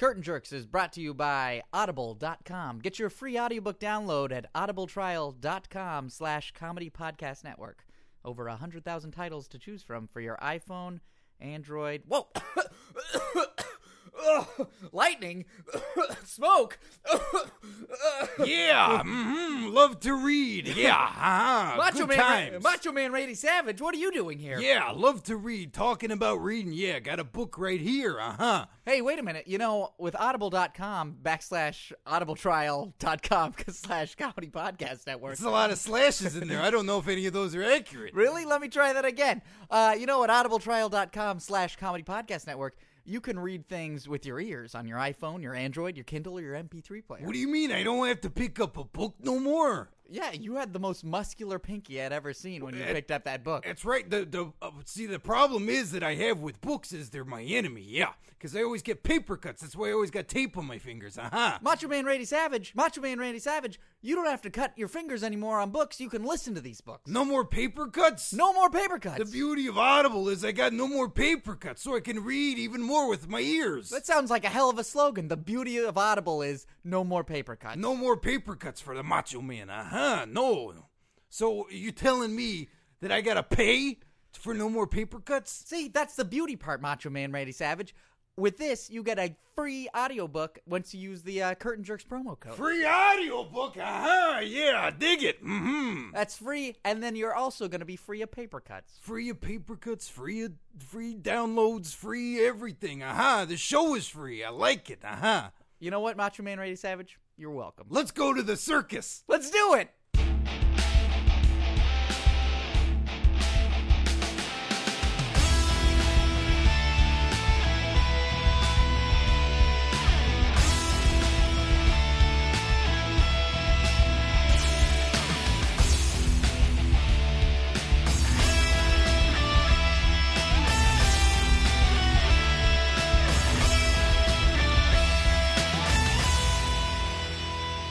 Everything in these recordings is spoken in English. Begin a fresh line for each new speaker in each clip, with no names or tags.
Curtain Jerks is brought to you by Audible.com. Get your free audiobook download at audibletrial.com slash comedy podcast network. Over 100,000 titles to choose from for your iPhone, Android... Whoa! Ugh, lightning! Smoke!
Yeah, mhm, love to read. Yeah, huh?
Macho
good
Man,
times.
Macho Man Randy Savage, what are you doing here?
yeah, love to read. Talking about reading. Yeah, got a book right here. Uh huh.
Hey, wait a minute. You know, with audible.com backslash audibletrial.com slash comedy podcast network.
There's a lot of slashes in there. I don't know if any of those are accurate.
Really? Let me try that again. Uh, you know, at audibletrial.com slash comedy podcast network, you can read things with your ears on your iPhone, your Android, your Kindle, or your MP3 player.
What do you mean? I don't have to pick up a book no more.
yeah, you had the most muscular pinky I'd ever seen when you
It-
picked up that book.
That's right. The the uh, see the problem is that I have with books is they're my enemy. Yeah, because I always get paper cuts. That's why I always got tape on my fingers. Uh huh.
Macho Man Randy Savage, Macho Man Randy Savage, you don't have to cut your fingers anymore on books. You can listen to these books.
No more paper cuts.
No more paper cuts.
The beauty of Audible is I got no more paper cuts, so I can read even more with my ears.
That sounds like a hell of a slogan. The beauty of Audible is no more paper cuts.
No more paper cuts for the macho man. Uh huh. No. So you telling me that I gotta pay for no more paper cuts?
See, that's the beauty part, Macho Man Randy Savage. With this, you get a free audiobook once you use the uh, Curtain Jerks promo code.
Free audiobook. Uh huh. Yeah, dig it. Mm hmm.
That's free, and then you're also going to be free of paper cuts.
Free of paper cuts, free of free downloads, free everything. Uh huh. The show is free. I like it. Uh huh.
You know what, Macho Man Randy Savage? You're welcome.
Let's go to the circus.
Let's do it!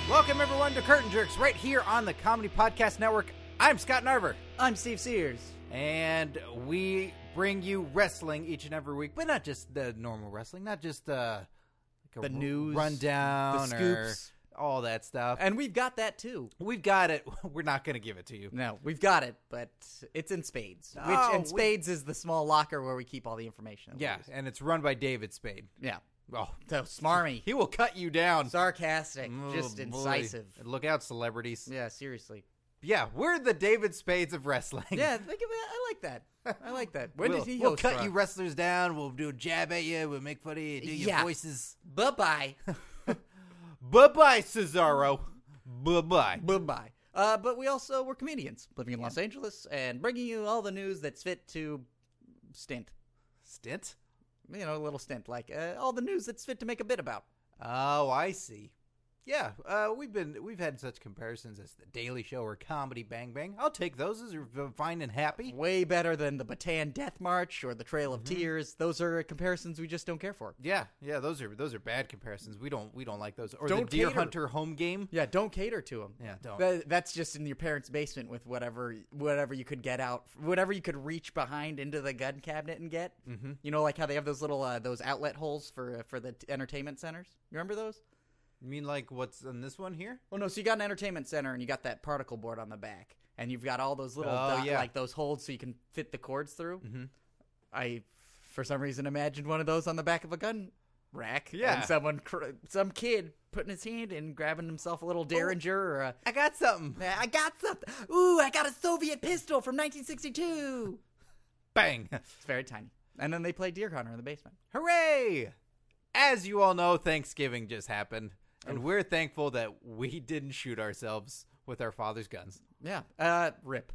Welcome, everyone, to Curtain Jerks right here on the Comedy Podcast Network.
I'm Scott Narver,
I'm Steve Sears.
and we bring you wrestling each and every week, but not just the normal wrestling, not just uh, like
The
a
news,
rundown,
the scoops.
or all that stuff.
And we've got that too.
We've got it. We're not going to give it to you.
No, we've got it, but it's in spades. which
Oh,
and
we-
spades is the small locker where we keep all the information. that we
Yeah,
use.
and it's run by David Spade.
yeah.
Oh,
So smarmy,
he will cut you down.
sarcastic,
Oh,
just
boy.
incisive.
Look out, celebrities.
Yeah, seriously.
Yeah, we're the David Spades of wrestling.
Yeah, think of it. I like that. I like that. When
When we'll,
did he
we'll
host
cut
Raw?
you wrestlers down. We'll do a jab at you. We'll make fun of you. Do your
Yeah.
voices.
Bye bye.
Bye bye, Cesaro. Bye bye.
Bye bye. Uh, but we also were comedians living in Los Angeles and bringing you all the news that's fit to stint.
Stint?
You know, a little stint, like uh, all the news that's fit to make a bit about.
Oh, I see. Yeah, uh, we've been we've had such comparisons as the Daily Show or Comedy Bang Bang. I'll take those. Those are v- fine and happy.
Way better than the Bataan Death March or the Trail of Tears. Those are comparisons we just don't care for.
Yeah, yeah, those are those are bad comparisons. We don't we don't like those. Or
Don't
the Deer
cater.
Hunter home game.
Yeah, don't cater to them.
Yeah, don't.
that's just in your parents' basement with whatever whatever you could get out, whatever you could reach behind into the gun cabinet and get. Mm-hmm. You know, like how they have those little uh, those outlet holes for uh, for the t- entertainment centers. You remember those?
You mean like what's in this one here?
Well, no. So you got an entertainment center and you got that particle board on the back, and you've got all those little
Oh,
dot-
yeah.
like those holes so you can fit the cords through. Mm-hmm. I, for some reason, imagined one of those on the back of a gun rack.
Yeah.
and someone, cr- some kid, putting his hand in, grabbing himself a
Oh.
little derringer or a.
I got something.
I got something. Ooh, I got a Soviet pistol from 1962.
Bang!
It's very tiny. And then they play Deer Hunter in the basement.
Hooray! As you all know, Thanksgiving just happened, and we're thankful that we didn't shoot ourselves with our father's guns.
Yeah. Uh, rip.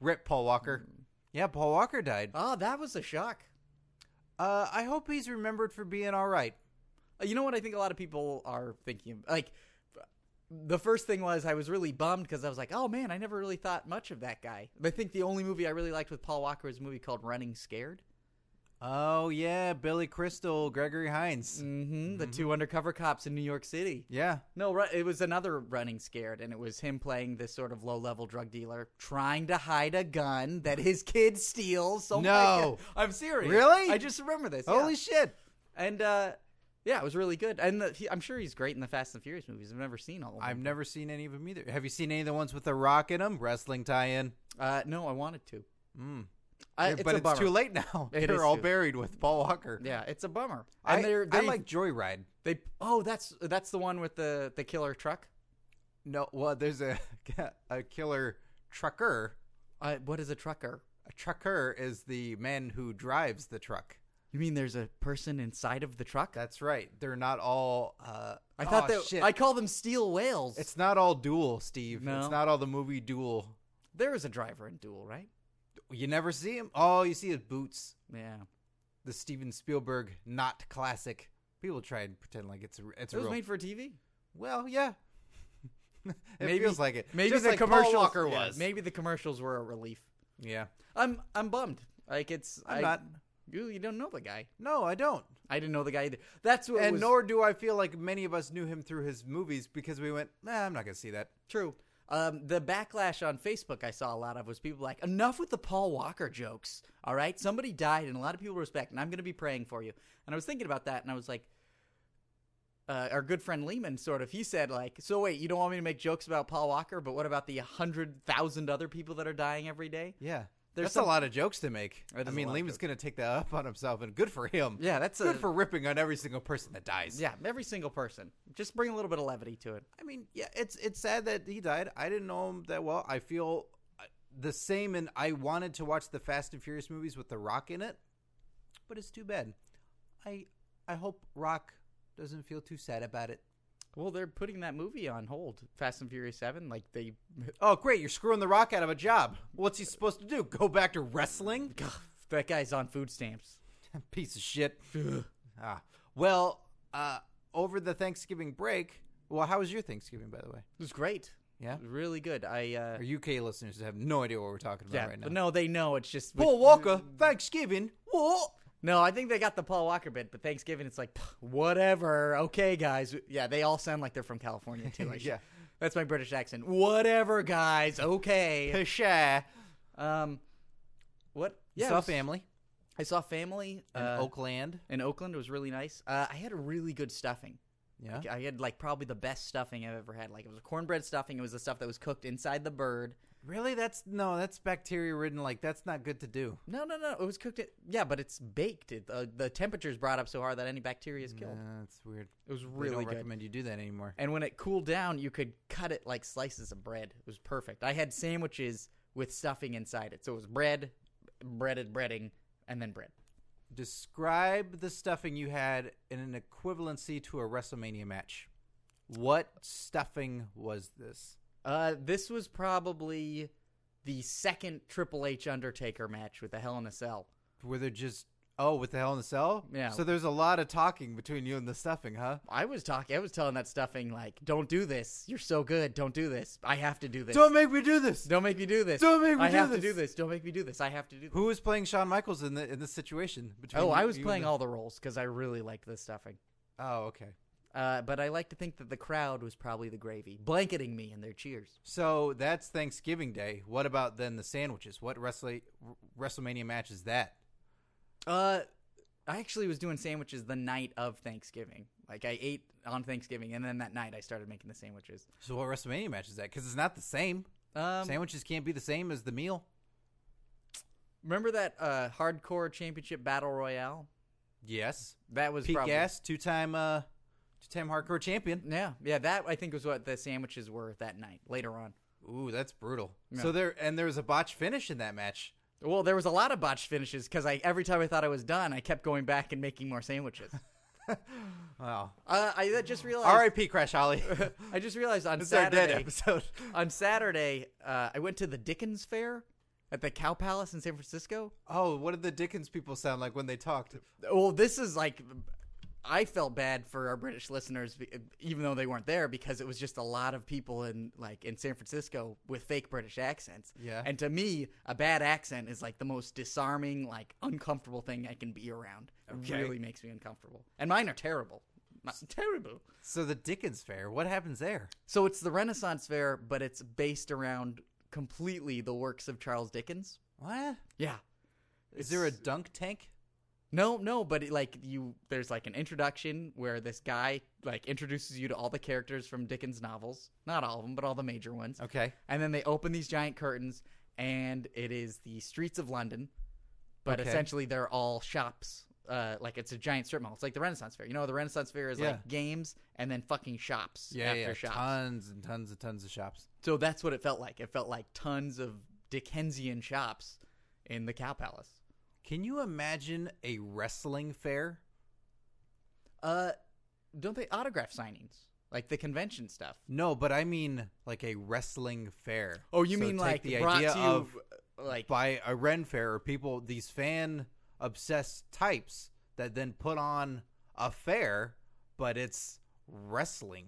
Rip Paul Walker.
Mm.
Yeah, Paul Walker died.
Oh, that was a shock.
Uh, I hope he's remembered for being all right.
Uh, You know what I think a lot of people are thinking? of- Like, the first thing was I was really bummed because I was like, oh man, I never really thought much of that guy. I think the only movie I really liked with Paul Walker was a movie called Running Scared.
Oh yeah, Billy Crystal, Gregory Hines.
Mm-hmm. The two undercover cops in New York City.
Mm. Yeah,
No, ru- it was another running scared, and it was him playing this sort of low-level drug dealer trying to hide a gun that his kid steals. Oh my
No.
God. I'm serious.
Really?
I just remember this. yeah.
Holy shit!
and uh, Yeah, it was really good, and the, he, I'm sure he's great in the Fast and Furious movies. I've never seen all of them.
I've never seen any of them either. Have you seen any of the ones with The Rock in them? Wrestling tie-in.
Uh, no, I wanted to.
Mm.
I,
Yeah,
it's
but
a
it's
bummer.
too late now.
It is
They're all
too-
buried with Paul Walker.
Yeah, it's a bummer.
I,
And they're, they
I like Joyride.
they. Oh, that's that's the one with the the killer truck.
No, well, there's a a killer trucker.
Uh, what is a trucker?
A trucker is the man who drives the truck.
You mean there's a person inside of the truck?
That's right. They're not all. Uh,
I thought
oh,
that
shit.
I call them steel whales.
it's not all duel, Steve.
No.
It's not all the movie duel.
there is a driver in Duel, right?
You never see him. All you see is boots.
Yeah,
The Steven Spielberg not classic. People try and pretend like it's a, it's
it
a
was
real.
made for TV.
Well, yeah. it
Maybe-
feels like it.
Maybe
Just
the
like
commercials.
Paul Walker
yeah,
was.
maybe the commercials were a relief.
Yeah.
I'm I'm bummed. Like it's
I'm
I-
not.
You you don't know the guy.
No, I don't.
I didn't know the guy either. That's what
and
was
nor do I feel like many of us knew him through his movies because we went, nah, I'm not going to see that.
true. Um, the backlash on Facebook I saw a lot of was people like, enough with the Paul Walker jokes. All right, somebody died, and a lot of people respect, and I'm going to be praying for you. And I was thinking about that, and I was like, uh, our good friend Lehman sort of he said like, so wait, you don't want me to make jokes about Paul Walker, but what about the hundred thousand other people that are dying every day?
Yeah.
There's
That's
some-
a lot of jokes to make.
That
I
is a
mean,
lot of
Lehman's
jokes.
going to take that up on himself, and good for him.
Yeah, that's
good
a-
for ripping on every single person that dies.
Yeah, every single person. Just bring a little bit of levity to it.
I mean, yeah, it's it's sad that he died. I didn't know him that well. I feel uh, the same, and I wanted to watch the Fast and Furious movies with The Rock in it, but it's too bad. I I hope Rock doesn't feel too sad about it.
Well, they're putting that movie on hold, Fast and Furious Seven. Like they,
Oh, great! You're screwing The Rock out of a job. What's he supposed to do? Go back to wrestling?
that guy's on food stamps.
Piece of shit. ah. Well, uh, over the Thanksgiving break. Well, how was your Thanksgiving, by the way?
It was great.
Yeah?
It was really good. I uh,
Our UK listeners have no idea what we're talking about
yeah,
right now.
but no, they know it's just with-
Paul Walker, Thanksgiving. What?
No, I think they got the Paul Walker bit, but Thanksgiving it's like "Pff, whatever. Okay, guys. Yeah, they all sound like they're from California too. I should-
Yeah.
that's my British accent. Whatever, guys. Okay.
Pesha.
um, what?
Yeah,
it
saw
was-
family
I saw family
in
uh,
Oakland.
in Oakland. It was really nice. Uh, I had a really good stuffing.
Yeah.
I had like probably the best stuffing I've ever had. Like it was a cornbread stuffing. It was the stuff that was cooked inside the bird.
Really? That's no, that's bacteria ridden. Like that's not good to do.
No, no, no. It was cooked. At, yeah, but it's baked. It, uh, the temperature's brought up so hard that any bacteria is killed.
Nah, Uh, that's weird.
It was
Really
really
don't
good.
recommend you do that anymore.
And when it cooled down, you could cut it like slices of bread. It was perfect. I had sandwiches with stuffing inside it, so it was bread, breaded breading, and then bread.
Describe the stuffing you had in an equivalency to a WrestleMania match. What stuffing was this?
Uh, this was probably the second Triple H Undertaker match with the Hell in a Cell.
Were there just oh with the Hell in the Cell?
Yeah.
So there's a lot of talking between you and the stuffing, huh?
I was talking. I was telling that stuffing like, "Don't do this. You're so good. Don't do this. I have to do this.
Don't make me do this.
Don't make me do this.
Don't make me
I
do
have to
this."
do this. Don't make me do this. I have to do this."
Who was playing Shawn Michaels in the in this situation? Between
Oh, I
you-
was
you and
playing
the-
all the roles because I really liked this stuffing.
Oh, okay.
Uh, but I like to think that the crowd was probably the gravy, blanketing me in their cheers.
So that's Thanksgiving Day. What about then the sandwiches? What Wrestle- WrestleMania match is that?
Uh, I actually was doing sandwiches the night of Thanksgiving. Like I ate on Thanksgiving, and then that night I started making the sandwiches.
So what WrestleMania match is that? Because it's not the same.
Um,
sandwiches can't be the same as the meal.
remember that uh, hardcore championship battle royale?
Yes.
That was
Pete
probably
Gas, two time, uh, two time hardcore champion.
yeah, yeah. That I think was what the sandwiches were that night. Later on,
Ooh, that's brutal.
Yeah.
So there, and there was a botch finish in that match.
well, there was a lot of botched finishes because I every time I thought I was done, I kept going back and making more sandwiches.
Wow.
uh, I just realized.
R.I.P. Crash Holly.
I just realized on
It's our
Saturday.
dead episode.
on Saturday, uh, I went to the Dickens Fair at the Cow Palace in San Francisco.
Oh, what did the Dickens people sound like when they talked?
Well, this is like, I felt bad for our British listeners, be- even though they weren't there, because it was just a lot of people in like in San Francisco with fake British accents.
Yeah.
And to me, a bad accent is like the most disarming, like uncomfortable thing I can be around.
Okay.
It really makes me uncomfortable, and mine are terrible. Mi- Terrible.
So the Dickens Fair. What happens there?
So it's the Renaissance Fair, but it's based around completely the works of Charles Dickens.
What?
Yeah.
Is there a dunk tank?
No, no, but it, like you, there's like an introduction where this guy like introduces you to all the characters from Dickens' novels, not all of them, but all the major ones.
Okay.
And then they open these giant curtains, and it is the streets of London, but
Okay.
essentially they're all shops. Uh, like it's a giant strip mall. It's like the Renaissance Fair. You know, the Renaissance Fair is
Yeah.
like games and then fucking shops
Yeah,
after
yeah.
shops.
Tons and tons and tons of shops.
So that's what it felt like. It felt like tons of Dickensian shops in the Cow Palace.
Can you imagine a wrestling fair?
Uh, don't they autograph signings like the convention stuff?
No, but I mean like a wrestling fair.
Oh, you
So
mean
take
like
the
brought
idea
to you
of
like
by a Ren fair or people these fan obsessed types that then put on a fair, but it's wrestling.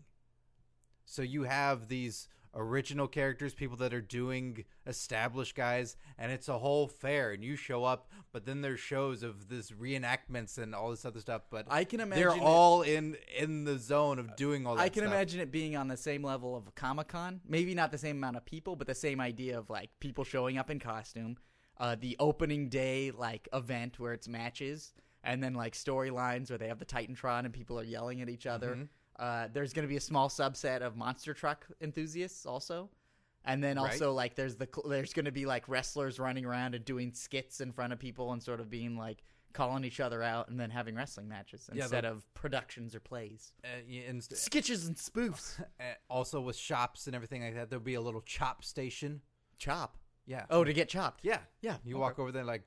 So you have these original characters, people that are doing established guys, and it's a whole fair, and you show up, but then there's shows of this reenactments and all this other stuff. But
I can
they're
imagine it-
all in in the zone of doing all that.
I can
stuff.
imagine it being on the same level of Comic Con. Maybe not the same amount of people, but the same idea of like people showing up in costume. Uh, the opening day like event where it's matches, and then like storylines where they have the Titantron and people are yelling at each other.
Mm-hmm.
Uh, there's going to be a small subset of monster truck enthusiasts also. And then also like there's the cl- there's going to be like wrestlers running around and doing skits in front of people and sort of being like calling each other out and then having wrestling matches
the-
instead of productions or plays
Uh, yeah, and st-
sketches and spoofs.
uh, also with shops and everything like that, there'll be a little chop station.
Chop.
Yeah.
Oh, to get chopped.
Yeah,
Yeah,
You walk over there like,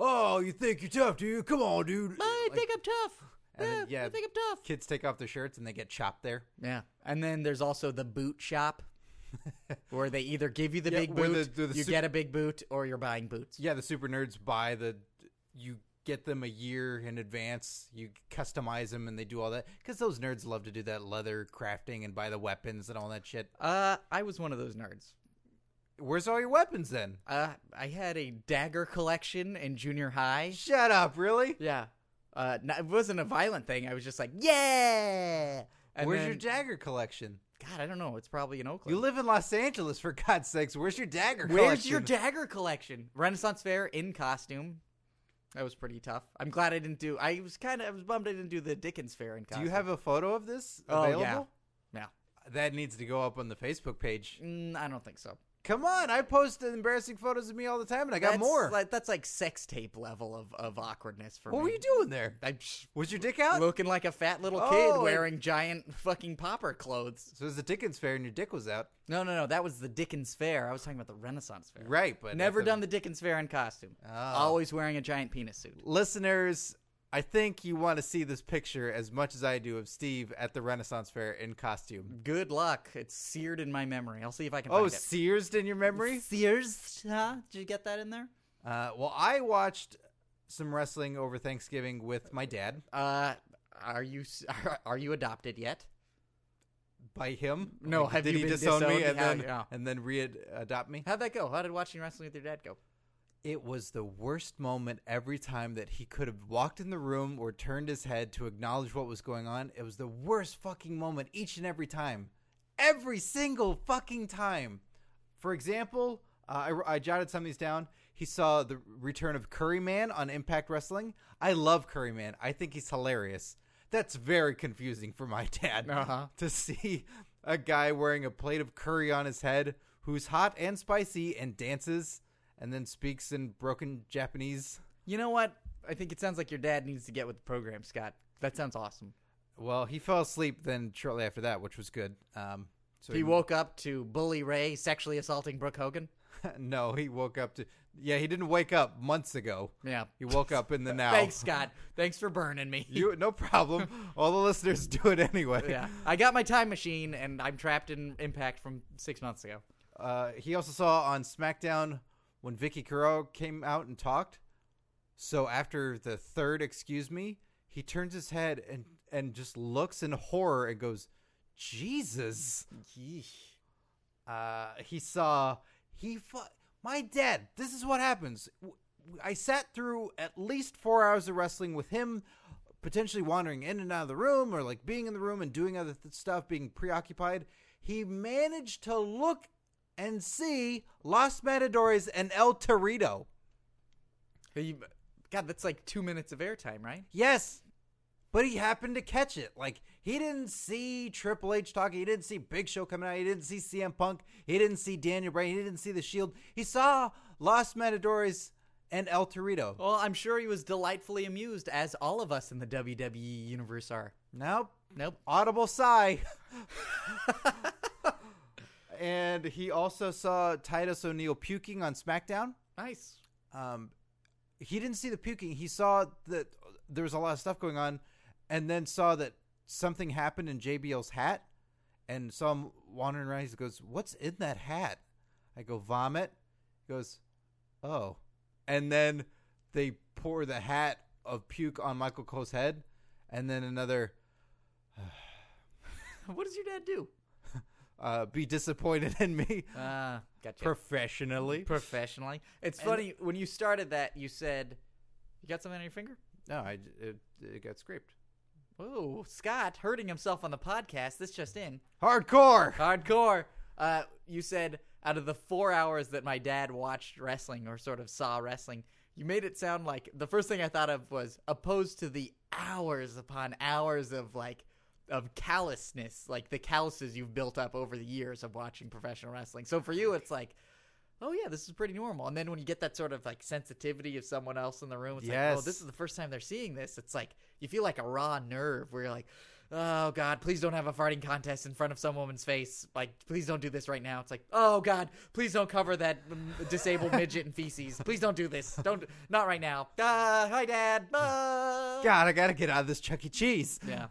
oh, you think you're tough, dude? Come on, dude.
I
Like,
think I'm tough.
and then,
yeah, I think I'm tough.
Kids take off their shirts and they get chopped there.
Yeah, and then there's also the boot shop, where they either give you the
Yeah,
big
where
boot,
the- the- the
you
sup-
get a big boot, or you're buying boots.
Yeah, the super nerds buy the. You get them a year in advance. You customize them and they do all that because those nerds love to do that leather crafting and buy the weapons and all that shit.
Uh, I was one of those nerds.
Where's all your weapons then?
Uh, I had a dagger collection in junior high.
Shut up, really?
Yeah. Uh, no- it wasn't a violent thing. I was just like, yeah. And
Where's
then-
your dagger collection?
God? I don't know. It's probably in Oakland.
You live in Los Angeles, for God's sakes. Where's your dagger
Where's your
collection?
dagger collection? Renaissance Fair in costume. That was pretty tough. I'm glad I didn't do. I was kind of. I was bummed I didn't do the Dickens Fair in
Do
costume.
you have a photo of this
Oh,
available?
yeah.
That needs to go up on the Facebook page.
Yeah. Mm, I don't think so.
Come on, I post embarrassing photos of me all the time, and I got
that's
more.
Like, that's like sex tape level of, of awkwardness for
what
me.
were you doing there?
I'm sh-
Was your dick out?
looking like a fat little
Oh,
kid
and-
wearing giant fucking popper clothes.
So it was the Dickens Fair, and your dick was out.
No, no, no. That was the Dickens Fair. I was talking about the Renaissance Fair.
Right, but
Never
that's a-
done the Dickens Fair in costume.
Oh.
Always wearing a giant penis suit.
Listeners, I think you want to see this picture as much as I do of Steve at the Renaissance Fair in costume.
Good luck. It's seared in my memory. I'll see if I can.
Oh,
find it.
seared in your memory?
Sears, huh? Did you get that in there?
Uh, well, I watched some wrestling over Thanksgiving with my dad.
Uh, are you s- are, are you adopted yet?
By him?
No,
Like,
have
did
you
he
been
disown me
disowned?
and
How- oh.
then
yeah.
and then re-adopt me?
How'd that go? How did watching wrestling with your dad go?
It was the worst moment every time that he could have walked in the room or turned his head to acknowledge what was going on. It was the worst fucking moment each and every time. Every single fucking time. For example, uh, I, I jotted some of these down. He saw the return of Curry Man on Impact Wrestling. I love Curry Man, I think he's hilarious. That's very confusing for my dad
Uh-huh.
to see a guy wearing a plate of curry on his head who's hot and spicy and dances and then speaks in broken Japanese.
You know what? I think it sounds like your dad needs to get with the program, Scott. That sounds awesome.
Well, he fell asleep then shortly after that, which was good. Um, so
He woke up to Bully Ray sexually assaulting Brooke Hogan.
no, he woke up to. Yeah, he didn't wake up months ago.
Yeah.
He woke up in the now.
Thanks, Scott. Thanks for burning me.
You no problem. All the listeners do it anyway.
yeah. I got my time machine, and I'm trapped in Impact from six months ago.
Uh, he also saw on SmackDown when Vicky Guerrero came out and talked. So after the third excuse me, he turns his head and and just looks in horror and goes, "Jesus." Uh, he saw he fu- my dad. This is what happens. W- I sat through at least four hours of wrestling with him, potentially wandering in and out of the room or like being in the room and doing other th- stuff, being preoccupied. He managed to look and see Los Matadores and El Torito.
He God, that's like two minutes of airtime, right?
Yes, but he happened to catch it. Like he didn't see Triple H talking. He didn't see Big Show coming out. He didn't see CM Punk. He didn't see Daniel Bryan. He didn't see The Shield. He saw Los Matadores and El Torito.
Well, I'm sure he was delightfully amused, as all of us in the WWE universe are.
Nope.
Nope.
Audible sigh. and he also saw Titus O'Neil puking on SmackDown.
Nice.
um, he didn't see the puking. He saw that there was a lot of stuff going on, and then saw that something happened in JBL's hat, and saw him wandering around. He goes, "What's in that hat?" I go, "Vomit." He goes, "Oh," and then they pour the hat of puke on Michael Cole's head, and then another
What does your dad do?
uh, be disappointed in me
Uh, gotcha.
professionally.
Professionally. It's funny, when you started that, you said, You got something on your finger?
no, I it, it got scraped.
Oh, Scott hurting himself on the podcast. This just in.
Hardcore.
Hardcore. Uh, you said out of the four hours that my dad watched wrestling or sort of saw wrestling, you made it sound like the first thing I thought of was opposed to the hours upon hours of like of callousness, like the calluses you've built up over the years of watching professional wrestling. So for you, it's like. Oh yeah, this is pretty normal. And then when you get that sort of like sensitivity of someone else in the room, it's like, oh,
Yes.
this is the first time they're seeing this. It's like you feel like a raw nerve where you're like, oh god, please don't have a farting contest in front of some woman's face. Like, please don't do this right now. It's like, oh god, please don't cover that mm, disabled midget in feces. Please don't do this. Don't, not right now. Uh, hi, Dad. Uh.
God, I gotta get out of this Chuck E. Cheese.
Yeah.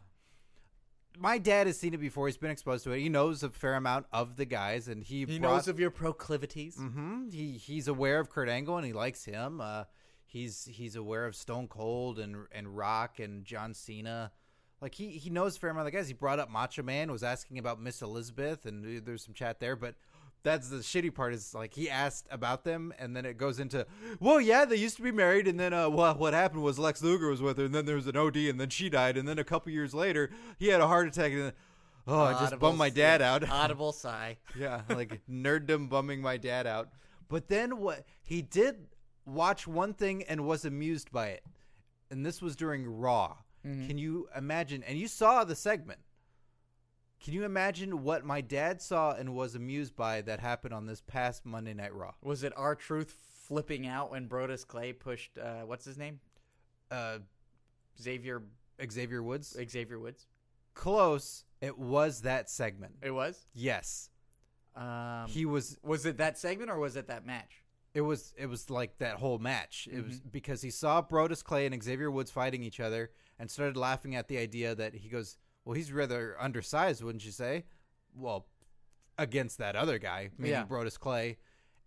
my dad has seen it before. He's been exposed to it. He knows a fair amount of the guys, and he
He
brought-
knows of your proclivities.
Mhm. He he's aware of Kurt Angle, and he likes him. Uh, he's he's aware of Stone Cold and and Rock and John Cena. Like he he knows a fair amount of the guys. He brought up Macho Man, was asking about Miss Elizabeth, and uh, there's some chat there, but. That's the shitty part is like he asked about them and then it goes into well yeah they used to be married and then uh well what happened was Lex Luger was with her and then there was an OD and then she died and then a couple years later he had a heart attack and then, oh I just
Audible
bummed my
sigh-
dad out
Audible sigh.
yeah, like nerddom bumming my dad out. But then what he did watch one thing and was amused by it. And this was during Raw. Can you imagine? And you saw the segment. Can you imagine what my dad saw and was amused by that happened on this past Monday Night Raw?
Was it our truth flipping out when Brodus Clay pushed uh, what's his name?
Uh,
Xavier
Xavier Woods?
Xavier Woods.
Close. It was that segment.
It was.
Yes.
Um,
He was
was it that segment or was it that match?
It was it was like that whole match. It
Mm-hmm.
was because he saw Brodus Clay and Xavier Woods fighting each other and started laughing at the idea that he goes, "Well, he's rather undersized, wouldn't you say?" Well, against that other guy, meaning
Yeah.
Brodus Clay,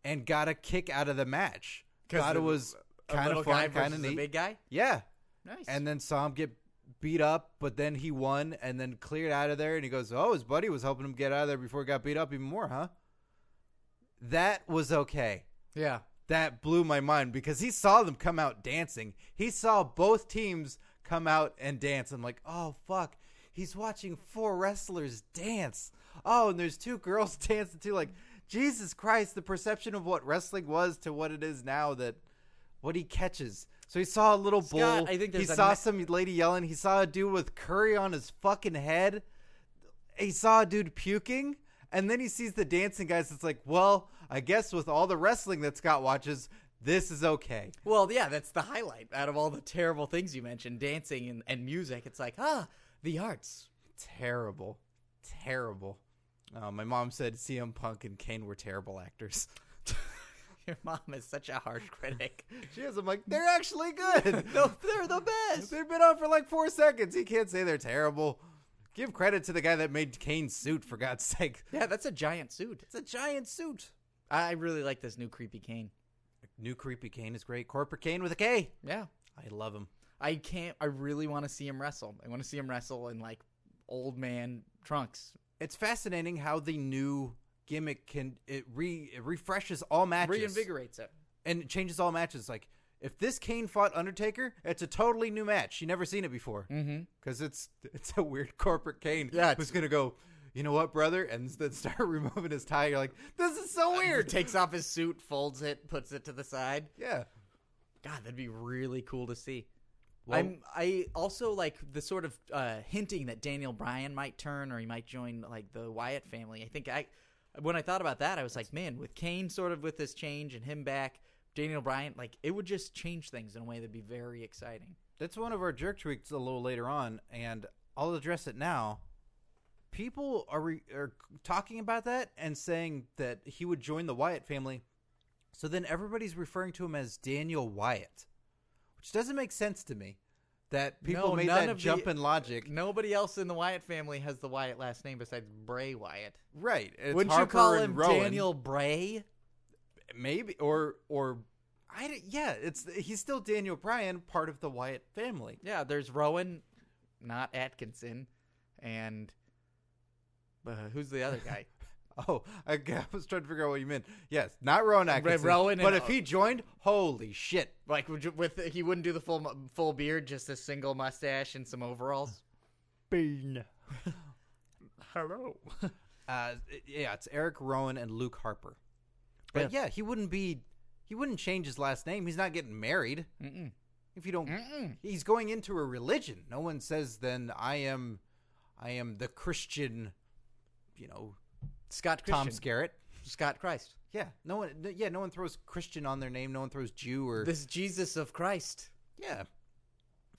and got a kick out of the match.
'Cause
Thought
the-
it was
A
kind
little
of
guy
fun, kind of
versus a
neat.
big guy.
yeah,
Nice.
and then saw him get beat up, but then he won and then cleared out of there. And he goes, "Oh, his buddy was helping him get out of there before he got beat up even more, huh?" That was okay
yeah,
that blew my mind because he saw them come out dancing. He saw both teams come out and dance. I'm like, oh fuck, he's watching four wrestlers dance. Oh, and there's two girls dancing too. Like, Jesus Christ, the perception of what wrestling was to what it is now that what he catches. So he saw a little bull.
Scott, I think
he
there's a
saw
ma-
some lady yelling. He saw a dude with curry on his fucking head he saw a dude puking and then he sees the dancing guys it's like well i guess with all the wrestling that scott watches this is okay
Well, yeah, that's the highlight out of all the terrible things you mentioned, dancing and, and music. It's like, ah, the arts.
terrible terrible uh, my mom said cm punk and kane were terrible actors
Your mom is such a harsh critic.
she is i'm like they're actually good
no, they're the best.
they've been on for like four seconds he can't say they're terrible give credit to the guy that made kane's suit for god's sake
Yeah, that's a giant suit.
it's a giant suit
I really like this new creepy cane.
new creepy kane is great corporate kane with a k
Yeah,
i love him
I can't. I really want to see him wrestle. I want to see him wrestle in like old man trunks.
it's fascinating how the new gimmick can it re it refreshes all matches
Reinvigorates it.
and it changes all matches like if this Kane fought Undertaker, it's a totally new match. You never seen it before, because mm-hmm. it's it's a weird corporate Kane
Yeah, it's-
who's gonna go, you know what, brother, and then start removing his tie.
Uh,
You're like, this is so weird.
Takes off his suit, folds it, puts it to the side.
yeah,
God, that'd be really cool to see.
Well-
I'm I also like the sort of uh, hinting that Daniel Bryan might turn or he might join like the Wyatt family. I think I when I thought about that, I was like, man, with Kane sort of with this change and him back, Daniel Bryan, like it would just change things in a way that'd be very exciting.
That's one of our jerk tweets a little later on, and I'll address it now. People are re- are talking about that and saying that he would join the Wyatt family. So then everybody's referring to him as Daniel Wyatt, which doesn't make sense to me. That people
No,
made
none
that
of the-
jump in logic,
Nobody else in the Wyatt family has the Wyatt last name besides Bray Wyatt.
right? It's
Wouldn't
Harper
you call
and
him
Rowan.
Daniel Bray?
Maybe or or I don't- yeah, it's he's still Daniel Bryan, part of the Wyatt family.
Yeah, there's Rowan, not Atkinson, and uh, who's the other guy?
Oh, I, g- I was trying to figure out what you meant. Yes, not Rowan Atkinson.
Rowan and-
but if he joined, holy shit!
like would you- with he wouldn't do the full mu- full beard, just a single mustache and some overalls.
Bean.
Hello.
Uh, yeah, it's Eric Rowan and Luke Harper. But yeah. he wouldn't be. He wouldn't change his last name. He's not getting married.
Mm-mm.
If you don't,
Mm-mm.
he's going into a religion. No one says then I am, I am the Christian. You know,
Scott
Tom
Christian.
Skerritt.
Scott Christ.
Yeah, no one. no- Yeah, no one throws Christian on their name. No one throws Jew or
This Jesus of Christ.
Yeah,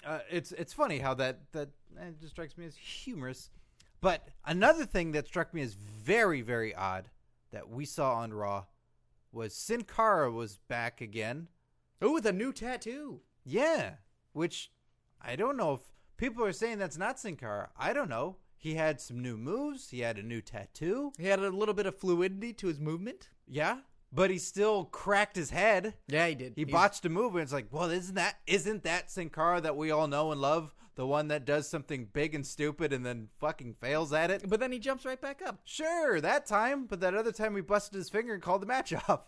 uh, it's it's funny how that that eh, just strikes me as humorous. But another thing that struck me as very very odd that we saw on Raw was Sin Cara was back again.
Ooh, with a new tattoo.
Yeah, which I don't know if people are saying that's not Sin Cara. I don't know. He had some new moves. He had a new tattoo.
He had a little bit of fluidity to his movement.
Yeah, but he still cracked his head.
Yeah, he did.
He botched a move, and it's like, well, isn't that isn't that Sin Cara that we all know and love? The one that does something big and stupid and then fucking fails at it.
but then he jumps right back up.
Sure, that time, but that other time we busted his finger and called the match off.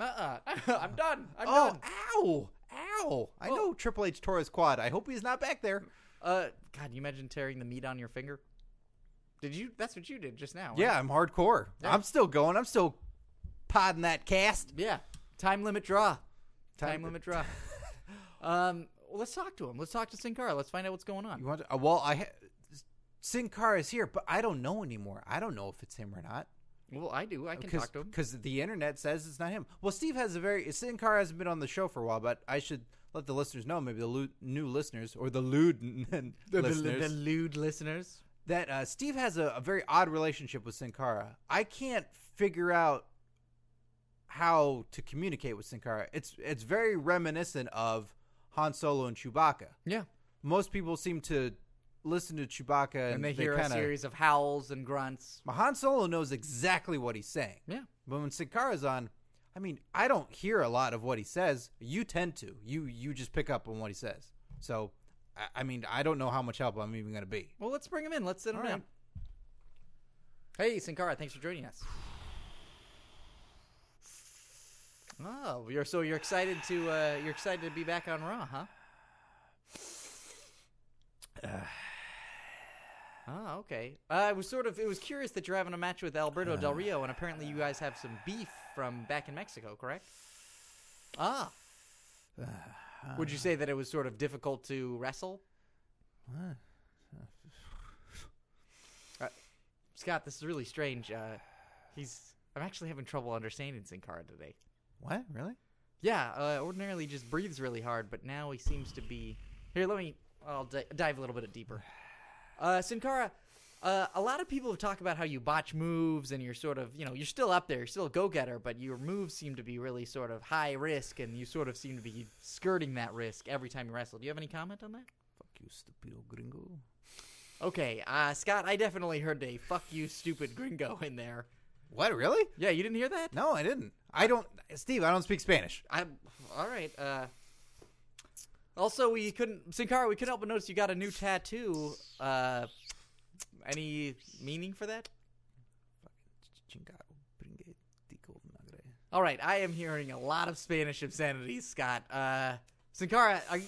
Uh-uh. I'm done. I'm
Oh,
done.
ow, ow! I know Triple H tore his quad. I hope he's not back there.
Uh, God, you imagine tearing the meat on your finger? Did you? That's what you did just now. right?
Yeah, I'm hardcore.
Yeah.
I'm still going. I'm still podding that cast.
Yeah. Time limit draw. Time,
Time-
limit draw. um, well, let's talk to him. Let's talk to Sin Cara. Let's find out what's going
You
on.
want? To, uh, well, I ha- Sin Cara is here, but I don't know anymore. I don't know if it's him or not.
Well, I do. I can
Cause,
talk to him.
'cause the internet says it's not him. Well, Steve has a very Sin Cara hasn't been on the show for a while, but I should let the listeners know, maybe the lu- new listeners or the lewd n- n-
The
listeners,
lewd listeners.
that uh, Steve has a, a very odd relationship with Sin Cara. I can't figure out how to communicate with Sin Cara. It's it's very reminiscent of Han Solo and Chewbacca.
Yeah.
Most people seem to listen to Chewbacca and,
And they, hear
kind
a
of.
series of howls and grunts.
Han Solo knows exactly what he's saying.
Yeah.
But when Sakara's on, I mean, I don't hear a lot of what he says. You tend to. You you just pick up on what he says. So, I, I mean, I don't know how much help I'm even going to be.
Well, let's bring him in. Let's sit him
All right.
down. Hey, Sin Cara, thanks for joining us. Oh, you're so you're excited to uh, you're excited to be back on Raw, huh? Oh, okay. Uh, I was sort of it was curious that you're having a match with Alberto Del Rio, and apparently you guys have some beef from back in Mexico, correct? Ah. Would you say that it was sort of difficult to wrestle? Scott, this is really strange. Uh, he's I'm actually having trouble understanding Sin Cara today.
What? Really?
Yeah, uh, ordinarily he just breathes really hard, but now he seems to be. Here, let me. I'll di- dive a little bit deeper. Uh, Sin Cara, uh, a lot of people have talked about how you botch moves and you're sort of, you know, you're still up there, you're still a go getter, but your moves seem to be really sort of high risk and you sort of seem to be skirting that risk every time you wrestle. Do you have any comment on that?
Fuck you, stupido gringo.
Okay, uh, Scott, I definitely heard a fuck you, stupid gringo in there.
What? Really?
Yeah, you didn't hear that?
No, I didn't. I don't, Steve. I don't speak Spanish.
I all right. Uh, also, we couldn't Sin Cara, We couldn't help but notice you got a new tattoo. Uh, any meaning for that? All right, I am hearing a lot of Spanish obscenities, Scott. Uh, Sin Cara, are you?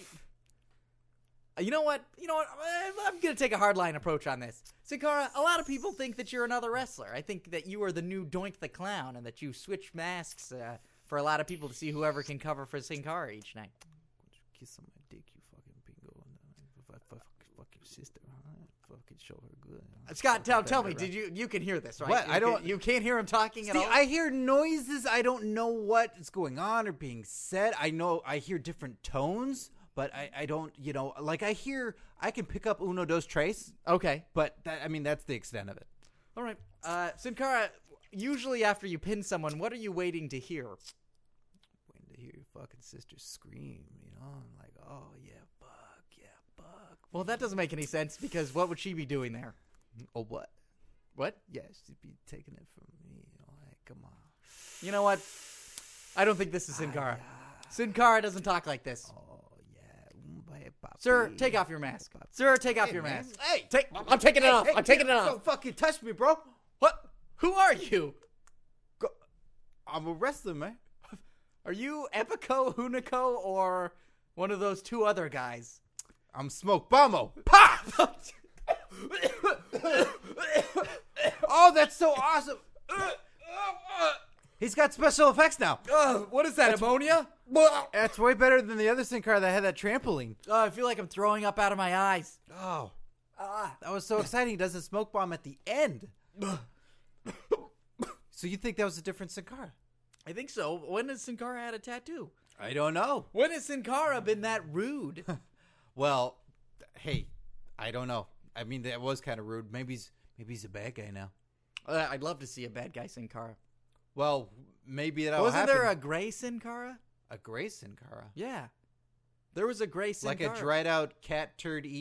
You know what? You know what? I'm- I'm going to take a hardline approach on this. Sin Cara, a lot of people think that you're another wrestler. I think that you are the new Doink the Clown and that you switch masks uh, for a lot of people to see whoever can cover for Sin Cara each night.
kiss on my dick, you fucking bingo. And then I fuck, fuck, fuck your sister, huh? Fucking show her good.
Scott, tell, tell me, did you you can hear this, right?
What?
You
I don't-
can- you can't hear him talking at
See,
all.
I hear noises. I don't know what is going on or being said. I know I hear different tones, but I, I don't, you know, like I hear, I can pick up uno dos tres,
okay,
but that, I mean, that's the extent of it.
all right. Uh, Sinkara, usually after you pin someone, what are you waiting to hear?
Waiting to hear your fucking sister scream, you know, and like, oh yeah, fuck, yeah, fuck.
Well, that doesn't make any sense because what would she be doing there?
Oh what?
What?
Yeah, she'd be taking it from me. You know, like, come on.
You know what? I don't think this is Sinkara. Sinkara doesn't talk like this.
Oh yeah, Mm, bye, papi.
Sir, take off your mask. Sir, take off your
man.
mask.
Hey!
take, I'm taking it off.
Hey,
I'm taking it
yeah,
off.
Don't fucking touch me, bro.
what? Who are you?
Go. I'm a wrestler, man.
Are you Epico, Hunico, or one of those two other guys?
I'm Smoke Bombo. Pop! oh, that's so awesome. He's got special effects now.
Ugh, what is that, ammonia?
That's way better than the other Sin car that had that trampoline.
Oh, I feel like I'm throwing up out of my eyes.
Oh. that was so exciting. He does a smoke bomb at the end. so you think that was a different Sin Cara?
I think so. When has Sinkara had a tattoo?
I don't know.
When has Sinkara been that rude?
Well, th- hey, I don't know. I mean, that was kind of rude. Maybe he's maybe he's a bad guy now.
uh, I'd love to see a bad guy Sinkara.
Well, maybe that
Wasn't there a gray Sinkara?
a gray Sin Cara?
Yeah. There was a gray Sin
like
Cara.
a dried out cat turd E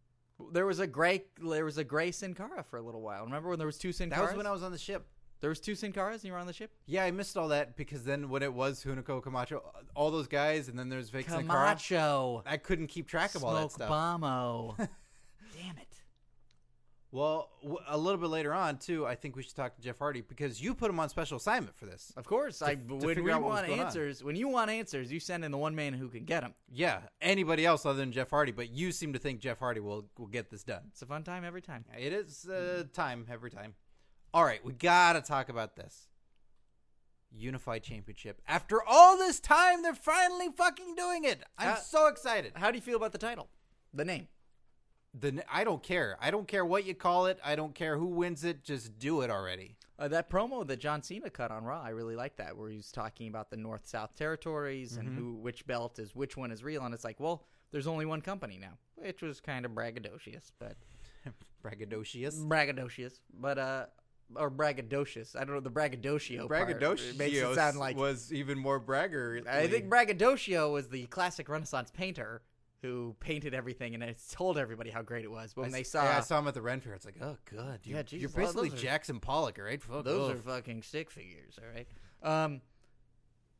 ET.
There was a gray there was a gray Sin Cara for a little while. Remember when there was two Sin
That
Caras?
was when I was on the ship.
There was two Sin Caras and you were on the ship?
Yeah, I missed all that because then when it was Hunico Camacho, all those guys, and then there's Vic Sin Cara.
Camacho.
I couldn't keep track of all that
Smoke
stuff.
Bomo. Damn it.
Well, w- a little bit later on too, I think we should talk to Jeff Hardy because you put him on special assignment for this.
Of course, I,
to
when
figure
we
out what was
want
going on.
answers, when you want answers, you send in the one man who can get them.
Yeah, anybody else other than Jeff Hardy, but you seem to think Jeff Hardy will will get this done.
It's a fun time every time.
It is uh, time every time. All right, we gotta talk about this unified championship. After all this time, they're finally fucking doing it. I'm
Uh,
so excited.
How do you feel about the title? The name.
The n- I don't care. I don't care what you call it. I don't care who wins it. Just do it already.
Uh, that promo that John Cena cut on Raw, I really like that, where he was talking about the North South territories and
Mm-hmm.
who which belt is which one is real, and it's like, well, there's only one company now, which was kind of braggadocious, but
Braggadocious.
braggadocious, but uh, or braggadocious. I don't know the braggadocio. part.
Braggadocious
It makes it sound like
was even more bragger.
I think braggadocio was the classic Renaissance painter who painted everything and it's told everybody how great it was. But when they saw,
yeah, I saw him at the Ren Fair. It's like, oh god, you're,
Yeah, Jesus,
you're
well, those
basically
are-
Jackson Pollock, right? Fuck
those
off.
are fucking stick figures, all right. Um,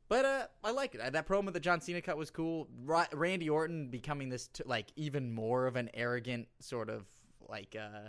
but uh, I like it. Uh, That promo that John Cena cut was cool. Ra- Randy Orton becoming this t- like even more of an arrogant sort of like uh,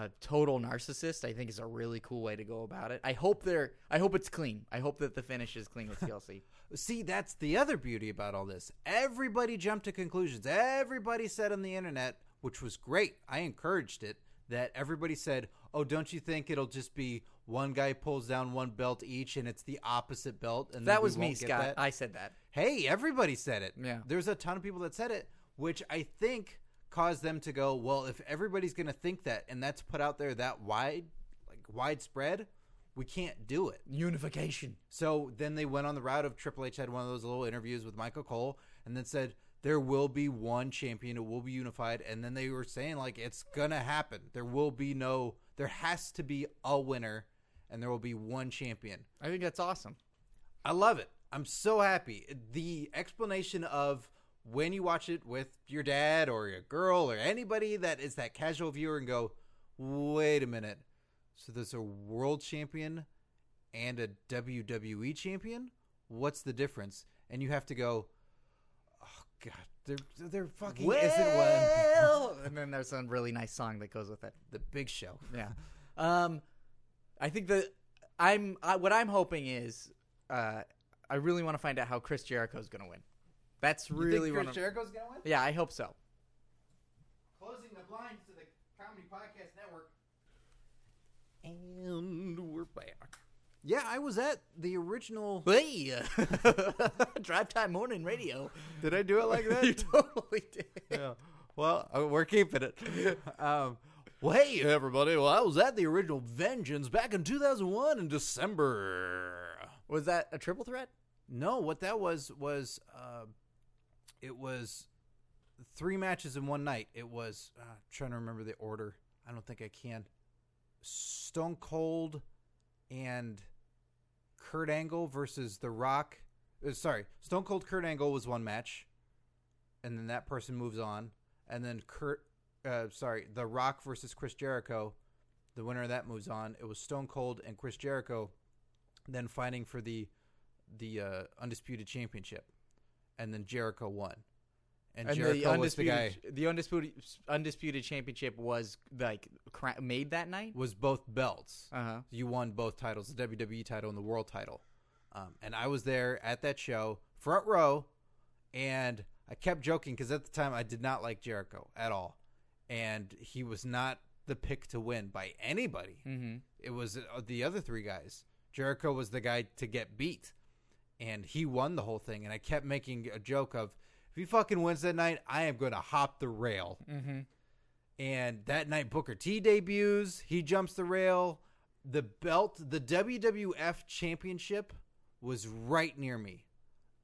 a total narcissist. I think is a really cool way to go about it. I hope they're. I hope it's clean. I hope that the finish is clean with TLC.
See, that's the other beauty about all this. Everybody jumped to conclusions. Everybody said on the internet, which was great. I encouraged it, that everybody said, Oh, don't you think it'll just be one guy pulls down one belt each and it's the opposite belt? And then
that
we
was me,
won't get
Scott.
that?"
I said that.
hey, everybody said it.
Yeah.
There's a ton of people that said it, which I think caused them to go, well, if everybody's going to think that and that's put out there that wide, like widespread, we can't do it.
Unification.
So then they went on the route of Triple H had one of those little interviews with Michael Cole and then said, there will be one champion. It will be unified. And then they were saying, like, it's going to happen. There will be no, there has to be a winner and there will be one champion.
I think that's awesome.
I love it. I'm so happy. The explanation of when you watch it with your dad or your girl or anybody that is that casual viewer and go, wait a minute. So there's a world champion and a WWE champion? What's the difference? And you have to go, oh, God, there, there fucking isn't one.
Well, and then there's some really nice song that goes with it.
The big show.
Yeah. Um, I think that I'm I, what I'm hoping is uh, I really want to find out how Chris Jericho's going to win. That's really
Think
what
Chris
I'm-
Jericho's going to win?
yeah. I hope so.
Closing the blinds to the Comedy Podcast Network. And we're back. Yeah, I was at the original.
Hey, drive time morning radio.
Did I do it like
you totally did.
yeah. Well, uh, we're keeping it. Um, well, hey, everybody. Well, I was at the original Vengeance back in 2001 in December.
Was that a triple threat?
No, what that was was uh, it was three matches in one night. It was uh, trying to remember the order. I don't think I can. Stone Cold and Kurt Angle versus The Rock. uh, sorry, Stone Cold Kurt Angle was one match, and then that person moves on, and then Kurt. Uh, sorry, The Rock versus Chris Jericho. The winner of that moves on. It was Stone Cold and Chris Jericho, then fighting for the the uh, undisputed championship, and then Jericho won. And, Jericho was the guy
the undisputed undisputed championship was like cra- made that night.
was both belts.
Uh huh.
You won both titles, the WWE title and the world title. Um, and I was there at that show, front row, and I kept joking because at the time I did not like Jericho at all. And he was not the pick to win by anybody.
Mm-hmm.
It was uh, the other three guys. Jericho was the guy to get beat, and he won the whole thing. And I kept making a joke of, if he fucking wins that night, I am going to hop the rail.
Mm-hmm.
And that night, Booker T debuts. He jumps the rail. The belt, the WWF Championship, was right near me.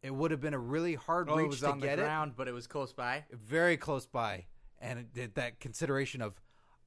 It would have been a really hard
Oh,
reach
it was
to
on the
get
ground, but it was close by.
it, very close by. And it did that consideration of,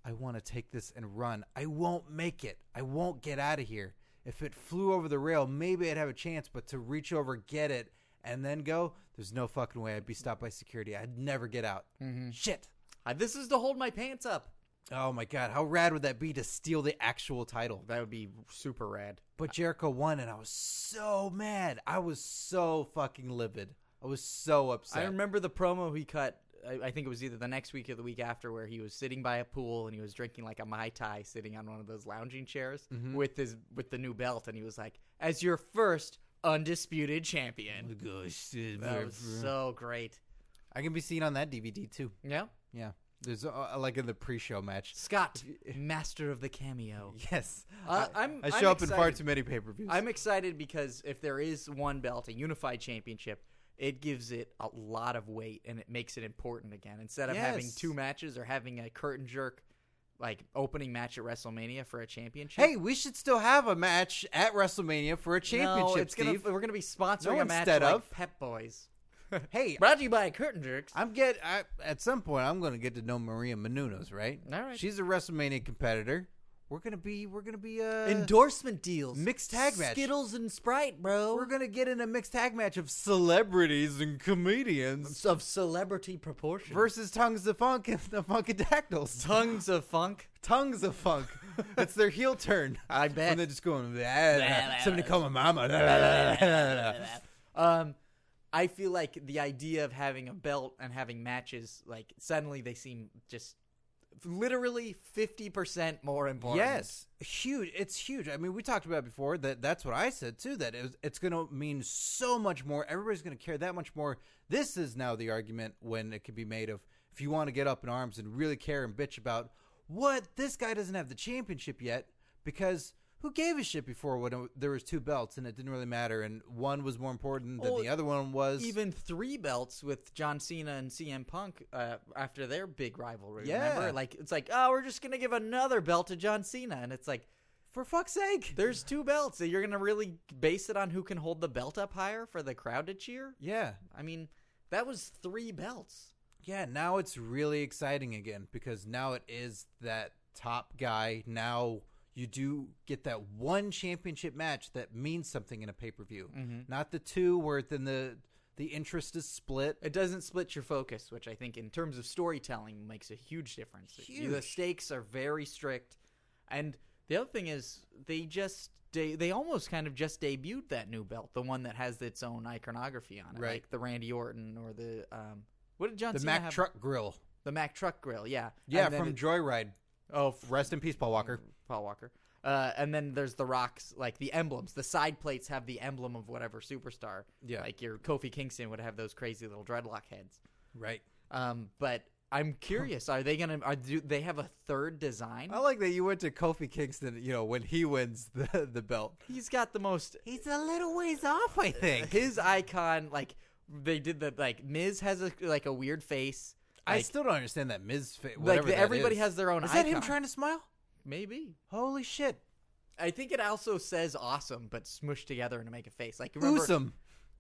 I want to take this and run. I won't make it. I won't get out of here. If it flew over the rail, maybe I'd have a chance. But to reach over, get it, and then go, there's no fucking way I'd be stopped by security. I'd never get out. Shit.
Uh, this is to hold my pants up.
Oh my god, how rad would that be to steal the actual title?
That would be super rad.
But Jericho won, and I was so mad. I was so fucking livid. I was so upset.
I remember the promo he cut. I, I think it was either the next week or the week after, where he was sitting by a pool and he was drinking like a mai tai, sitting on one of those lounging chairs with his with the new belt, and he was like, "As your first undisputed champion."
Gosh,
That was so great.
I can be seen on that DVD too.
Yeah,
Yeah, there's uh, like in the pre-show match.
Scott, master of the cameo.
Yes,
Uh, I'm-
I
I'm
show up in far
excited.
too many pay-per-views.
I'm excited because if there is one belt, a unified championship, it gives it a lot of weight and it makes it important again. Instead of having
Yes.
two matches or having a curtain jerk like opening match at WrestleMania for a championship.
hey, we should still have a match at WrestleMania for a championship,
no, it's gonna,
Steve.
we're going to be sponsoring
No,
a match
instead
like
of. Uh,
Pep Boys.
hey,
Brought to you by Curtain Jerks.
I'm get I, at some point I'm going to get to know Maria Menounos, right?
All right.
She's a WrestleMania competitor. We're gonna be we're gonna be uh
Endorsement deals.
Mixed tag match.
Skittles and Sprite, bro.
We're gonna get in a mixed tag match of celebrities and comedians
of celebrity proportion.
versus Tongues of Funk and the Funkadactyls.
Tongues of Funk.
Tongues of Funk. it's their heel turn.
I bet.
And they're just going. "Blah, blah, Somebody call my mama. Blah, blah, blah, blah."
um, I feel like the idea of having a belt and having matches, like suddenly they seem just literally fifty percent more important.
Yes, huge. It's huge. I mean, we talked about it before that. That's what I said too. That it was, it's going to mean so much more. Everybody's going to care that much more. This is now the argument when it could be made of if you want to get up in arms and really care and bitch about what this guy doesn't have the championship yet because who gave a shit before when it, there was two belts and it didn't really matter and one was more important than
Well,
the other one was.
Even three belts with John Cena and CM Punk uh, after their big rivalry.
Yeah.
Remember? Like it's like, oh, we're just gonna give another belt to John Cena, and it's like,
for fuck's sake.
there's two belts. So you're gonna really base it on who can hold the belt up higher for the crowd to cheer.
Yeah.
I mean, that was three belts.
Yeah, now it's really exciting again because now it is that top guy. Now you do get that one championship match that means something in a pay per view, not the two where then the the interest is split.
It doesn't split your focus, which I think, in terms of storytelling, makes a huge difference. You- The
Huge.
stakes are very strict, and the other thing is they just they, they almost kind of just debuted that new belt, the one that has its own iconography on it,
Right.
like the Randy Orton or the um, what did John
The
Cena
Mac
have?
Truck Grill,
the Mac Truck Grill, yeah,
yeah,
And then
from
it-
Joyride.
oh
Rest in peace, Paul Walker.
Paul Walker. Uh, and then there's the rocks, like the emblems. The side plates have the emblem of whatever superstar.
Yeah.
Like your Kofi Kingston would have those crazy little dreadlock heads.
Right.
Um, but I'm curious. Are they gonna? Are do they have a third design?
I like that you went to Kofi Kingston. You know when he wins the the belt,
He's got the most.
he's a little ways off. I think.
His icon, like they did the like Miz has a like a weird face.
I
Like,
still don't understand that Miz. Fa-
like
whatever
the,
that
everybody
is.
has their own.
Is that
icon.
him trying to smile?
Maybe.
Holy shit!
I think it also says awesome, but smushed together to make a face. Like remember,
Awesome.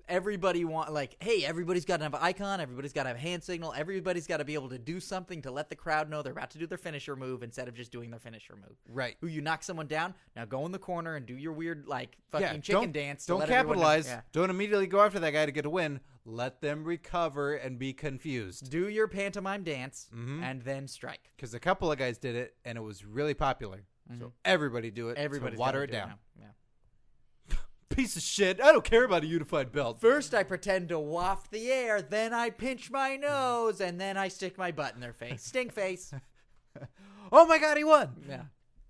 everybody want like, hey, everybody's got to have an icon. Everybody's got to have a hand signal. Everybody's got to be able to do something to let the crowd know they're about to do their finisher move instead of just doing their finisher move.
Right.
Who you knock someone down? Now go in the corner and do your weird like fucking
yeah,
chicken
don't,
dance. To
Don't
let everyone know-
capitalize.
yeah.
Don't immediately go after that guy to get a win. Let them recover and be confused.
Do your pantomime dance
Mm-hmm.
and then strike. Mm-hmm.
Because a couple of guys did it, and it was really popular. So everybody do it. to
Everybody's gotta
water it
do
down.
now. Yeah.
Piece of shit. I don't care about a unified belt.
First, I pretend to waft the air, then I pinch my
Mm-hmm.
nose, and then I stick my butt in their face. Stink face.
Oh my god, he won.
Yeah.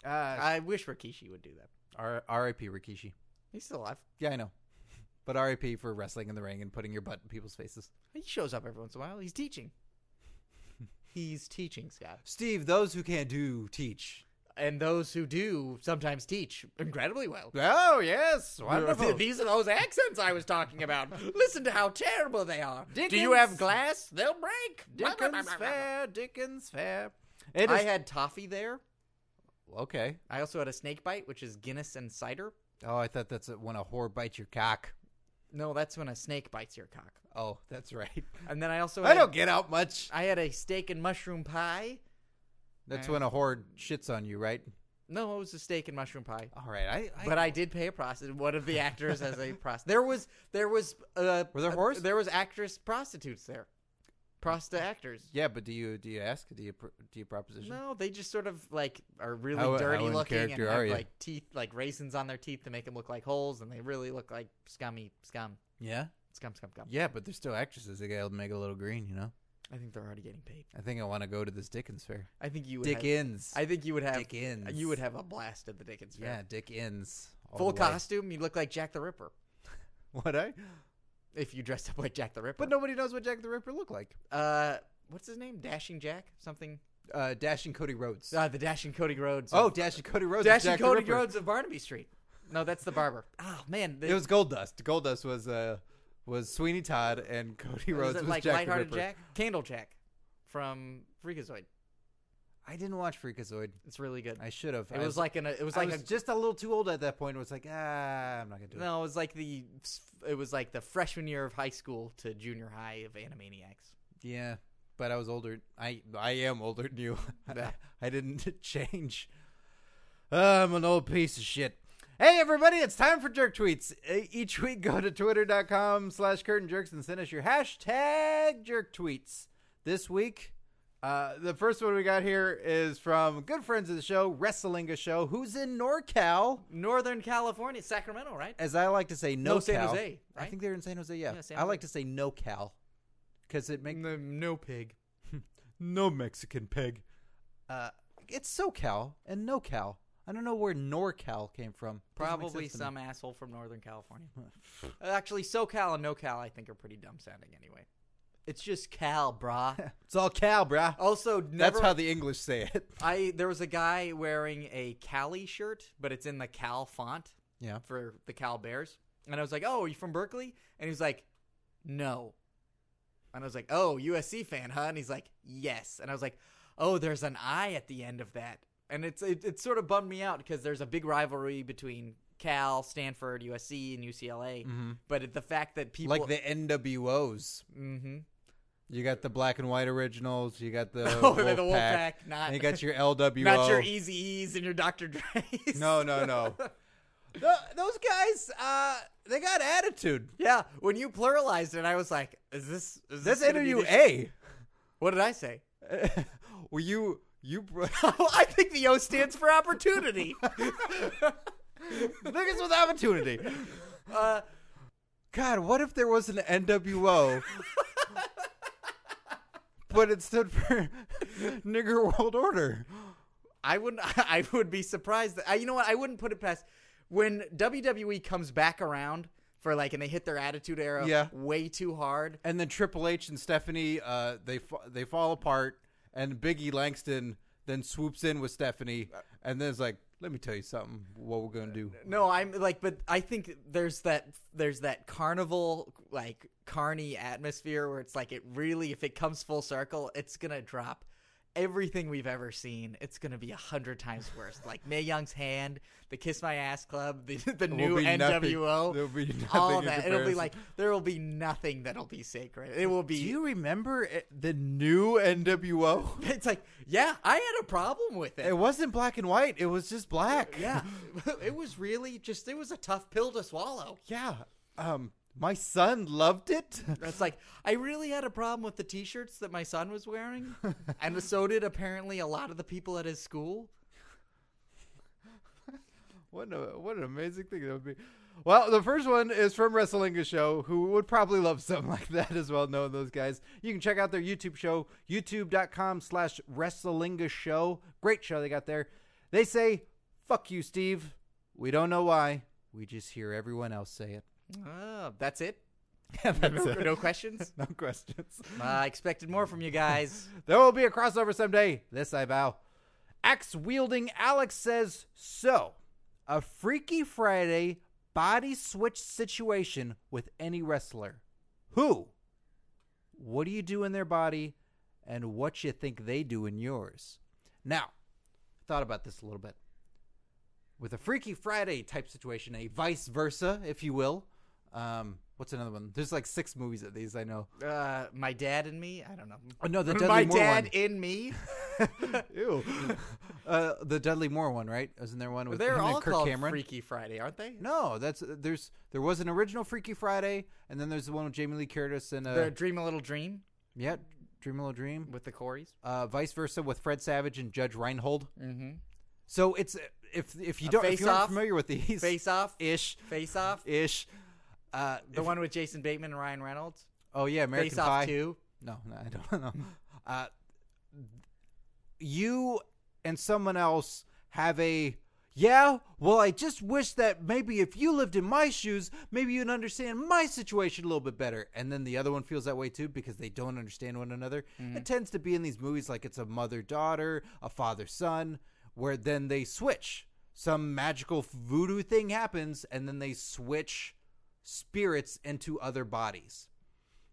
Uh,
I wish Rikishi would do that.
R- R.I.P. Rikishi.
He's still alive.
Yeah, I know. But R.I.P. for wrestling in the ring and putting your butt in people's faces.
He shows up every once in a while. He's teaching. He's teaching, Scott.
Steve, those who can't do teach.
And those who do sometimes teach incredibly well.
Oh yes,
These are those accents I was talking about. Listen to how terrible they are. Do you
Dickens-
have glass? They'll break.
Dickens fair, Dickens fair. It
I
is-
had toffee there.
okay.
I also had a snake bite, which is Guinness and cider.
Oh, I thought that's when a whore bites your cock.
No, that's when a snake bites your cock.
Oh, that's right.
And then I also
I
had,
don't get out much.
I had a steak and mushroom pie.
That's when a whore shits on you, right?
No, it was a steak and mushroom pie.
All right. I, I
But I did pay a prostitute. One of the actors has a prostitute. There was there was uh,
Were there
uh,
whores?
there was actress prostitutes there, prosta actors.
yeah, but do you do you ask? Do you pr- do you proposition?
No, they just sort of like are really
How- how
dirty
in
looking and
character are
have
you?
like teeth like raisins on their teeth to make them look like holes, and they really look like scummy scum
Yeah.
scum scum scum.
Yeah, but they're still actresses. They gotta make a little green, you know.
I think they're already getting paid.
I think I want to go to this Dickens fair.
I think you would have-
Dickens.
I think you would have
Dickens.
You would have a blast at the Dickens fair.
yeah, Dickens. all
Full
the way.
costume, you look like Jack the Ripper.
What I?
if you dressed up like Jack the Ripper.
But nobody knows what Jack the Ripper looked like.
uh, what's his name? Dashing Jack? Something?
Uh, Dashing Cody Rhodes.
Uh, the Dashing Cody Rhodes.
oh,
of,
Dashing Cody Rhodes. is
Dashing
Jack the
Cody
Ripper.
Rhodes of Barnaby Street. No, that's the barber. Oh man, the,
It was Goldust. Goldust was uh was Sweeney Todd and Cody
was
Rhodes
it
was
like
Jack
lighthearted
the Ripper.
Jack, Candle Jack, from Freakazoid.
I didn't watch Freakazoid.
It's really good.
I should have.
it was like an. It was like a.
just a little too old at that point. It was like ah, I'm not gonna do
No, it was like the. It was like the freshman year of high school to junior high of Animaniacs.
it. Yeah, but I was older. I I am older than you. I, I didn't change. I'm an old piece of shit. Hey everybody, it's time for jerk tweets. E- Each week, go to twitter.com slash curtain jerks and send us your hashtag jerk tweets. This week, uh, the first one we got here is from good friends of the show, Wrestling a Show, who's in NorCal.
Northern California, Sacramento, right?
as I like to say, no,
No, San
Cal.
Jose,
I
right?
think they're in San Jose. Yeah,
Yeah, San
I like
Jose.
to say no Cal because it makes
No, no pig.
no Mexican pig. Uh, it's SoCal and no Cal. I don't know where NorCal came from. Doesn't make
Probably
sense to me.
some asshole from Northern California. Uh, Actually, SoCal and NoCal, I think, are pretty dumb sounding anyway. It's just Cal, brah.
It's all Cal, bruh.
also,
That's
Oh, never.
how the English say it.
I there was a guy wearing a Cali shirt, but it's in the Cal font
Yeah.
for the Cal Bears, and I was like, "Oh, are you from Berkeley?" And he was like, "No," and I was like, "Oh, USC fan, huh?" And he's like, "Yes," and I was like, "Oh, there's an I at the end of that," and it's it, it sort of bummed me out because there's a big rivalry between Cal, Stanford, USC, and UCLA, but it, the fact that people
Mm-hmm. Like the NWOs.
hmm
You got the black and white originals. You got the
Oh, they're the
Wolfpack,
Wolfpack, not-
and you got your LWO.
not your Easy E's and your Dr. Dre's.
no, no, no. Th- those guys, uh, they got attitude.
Yeah, when you pluralized it, I was like, "Is this is this
That's
gonna be
interview
the-
A.
What did I say?
well, you you br-
I think the O stands for opportunity.
look at with opportunity.
uh,
God, what if there was an NWO, but it stood for Nigger World Order?
I wouldn't. I would be surprised. That, I, you know what? I wouldn't put it past when WWE comes back around for like, and they hit their Attitude Era
Yeah.
way too hard.
And then Triple H and Stephanie, uh, they fa- they fall apart, and Biggie Langston then swoops in with Stephanie, and then is like, "Let me tell you something. What we're gonna do."
No, I'm like, but I think there's that there's that carnival like carny atmosphere where it's like it really if it comes full circle, it's gonna drop everything we've ever seen. It's gonna be a hundred times worse. like Mae Young's hand, the Kiss My Ass Club, the the
It will
new
be nothing-
NWO,
There'll be nothing
all
in
that. It'll be
comparison.
like there will be nothing that'll be sacred. It will be.
Do you remember it- the new NWO?
it's like yeah, I had a problem with it.
It wasn't black and white. It was just black.
yeah, it was really just it was a tough pill to swallow.
Yeah. Um, my son loved it.
It's like I really had a problem with the T-shirts that my son was wearing, and so did apparently a lot of the people at his school.
What a, what an amazing thing that would be. Well, the first one is from Wrestling Show, who would probably love something like that as well, knowing those guys. You can check out their YouTube show, youtube.com slash Wrestling Show. Great show they got there. They say, fuck you, Steve. We don't know why. We just hear everyone else say it.
Oh, that's it.
That's
no,
it.
no questions.
No questions.
Uh, I expected more from you guys.
There will be a crossover someday. This I vow. Axe wielding Alex says so. A Freaky Friday body switch situation with any wrestler. Who? What do you do in their body, and what you think they do in yours? Now, thought about this a little bit. With a Freaky Friday type situation, a vice versa, if you will. Um, what's another one? There's like six movies of these I know.
Uh, my dad and me. I don't know.
Oh, no, the Dudley
my
Moore
dad
one.
in me.
Ew. uh, the Dudley Moore one, right? Isn't there one with
They're
him
all
and Kirk
called
Cameron?
Freaky Friday, aren't they?
No, that's there's there was an original Freaky Friday, and then there's the one with Jamie Lee Curtis and uh,
They're Dream a Little Dream
yeah, Dream a Little Dream,
with the Coreys.
uh, vice versa with Fred Savage and Judge Reinhold.
Mm-hmm.
So it's if if you don't if you're not
face-off.
familiar with these
Face Off.
ish
Face Off.
ish, uh,
The one with Jason Bateman and Ryan Reynolds.
oh yeah, American
Face
Pie.
Off Two.
No, no, I don't know. uh, you and someone else have a yeah. Well, I just wish that maybe if you lived in my shoes, maybe you'd understand my situation a little bit better. And then the other one feels that way too because they don't understand one another. It tends to be in these movies like it's a mother daughter, a father son, where then they switch. Some magical voodoo thing happens, and then they switch spirits into other bodies.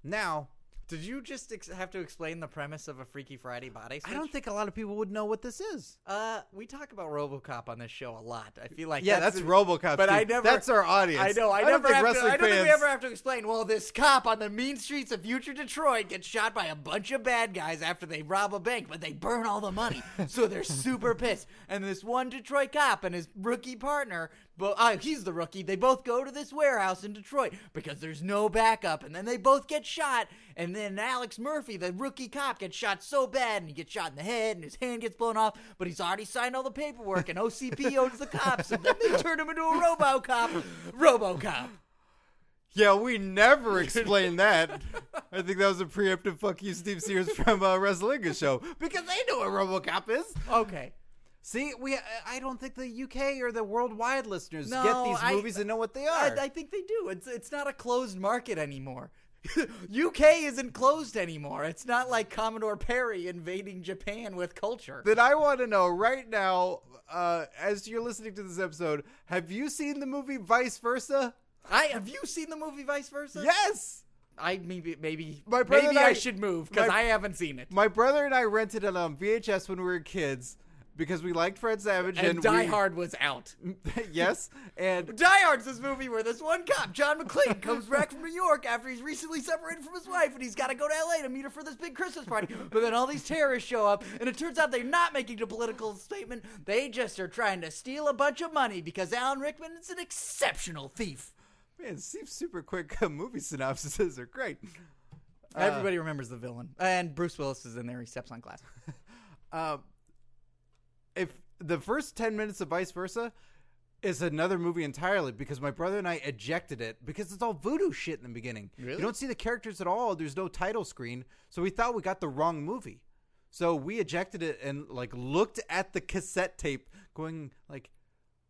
Now,
Did you just ex- have to explain the premise of a Freaky Friday body?
I
Switch?
don't think a lot of people would know what this is.
Uh, we talk about RoboCop on this show a lot. I feel like
Yeah, that's, RoboCop.
but
too.
I never-
That's our audience.
I know. I,
don't
never
think
have to,
wrestling
I don't think we
fans-
ever have to explain. Well, this cop on the mean streets of future Detroit gets shot by a bunch of bad guys after they rob a bank, but they burn all the money, so they're super pissed. And this one Detroit cop and his rookie partner, but uh, he's the rookie. They both go to this warehouse in Detroit because there's no backup, and then they both get shot. And then Alex Murphy, the rookie cop, gets shot so bad, and he gets shot in the head, and his hand gets blown off. But he's already signed all the paperwork, and OCP owns the cops, and then they turn him into a RoboCop. RoboCop.
Yeah, we never explained that. I think that was a preemptive "fuck you, Steve Sears" from uh, Wrestling Show because they know what RoboCop is.
Okay.
See, we I- I don't think the UK or the worldwide listeners
No,
get these
I-
movies and know what they
I,
are.
I think they do. It's it's not a closed market anymore. UK isn't closed anymore. It's not like Commodore Perry invading Japan with culture.
that I want to know right now, uh, as you're listening to this episode, have you seen the movie Vice Versa?
I have you seen the movie Vice Versa?
Yes.
I maybe maybe
My brother
maybe
and
I,
I-
should move because
my-
I haven't seen it.
My brother and I rented it on VHS when we were kids because we liked Fred Savage and,
and Die
we-
Hard was out.
yes, and
Die Hard's this movie where this one cop, John McClane, comes back from New York after he's recently separated from his wife and he's got to go to LA to meet her for this big Christmas party. But then all these terrorists show up and it turns out they're not making a political statement. They just are trying to steal a bunch of money because Alan Rickman is an exceptional thief.
man, seems super quick uh, movie synopsises are great.
Everybody remembers the villain. Uh, And Bruce Willis is in there. He steps on glass.
Um, if the first ten minutes of Vice Versa is another movie entirely because my brother and I ejected it because it's all voodoo shit in the beginning. You don't see the characters at all. There's no title screen, so we thought we got the wrong movie. So we ejected it and like looked at the cassette tape, going like,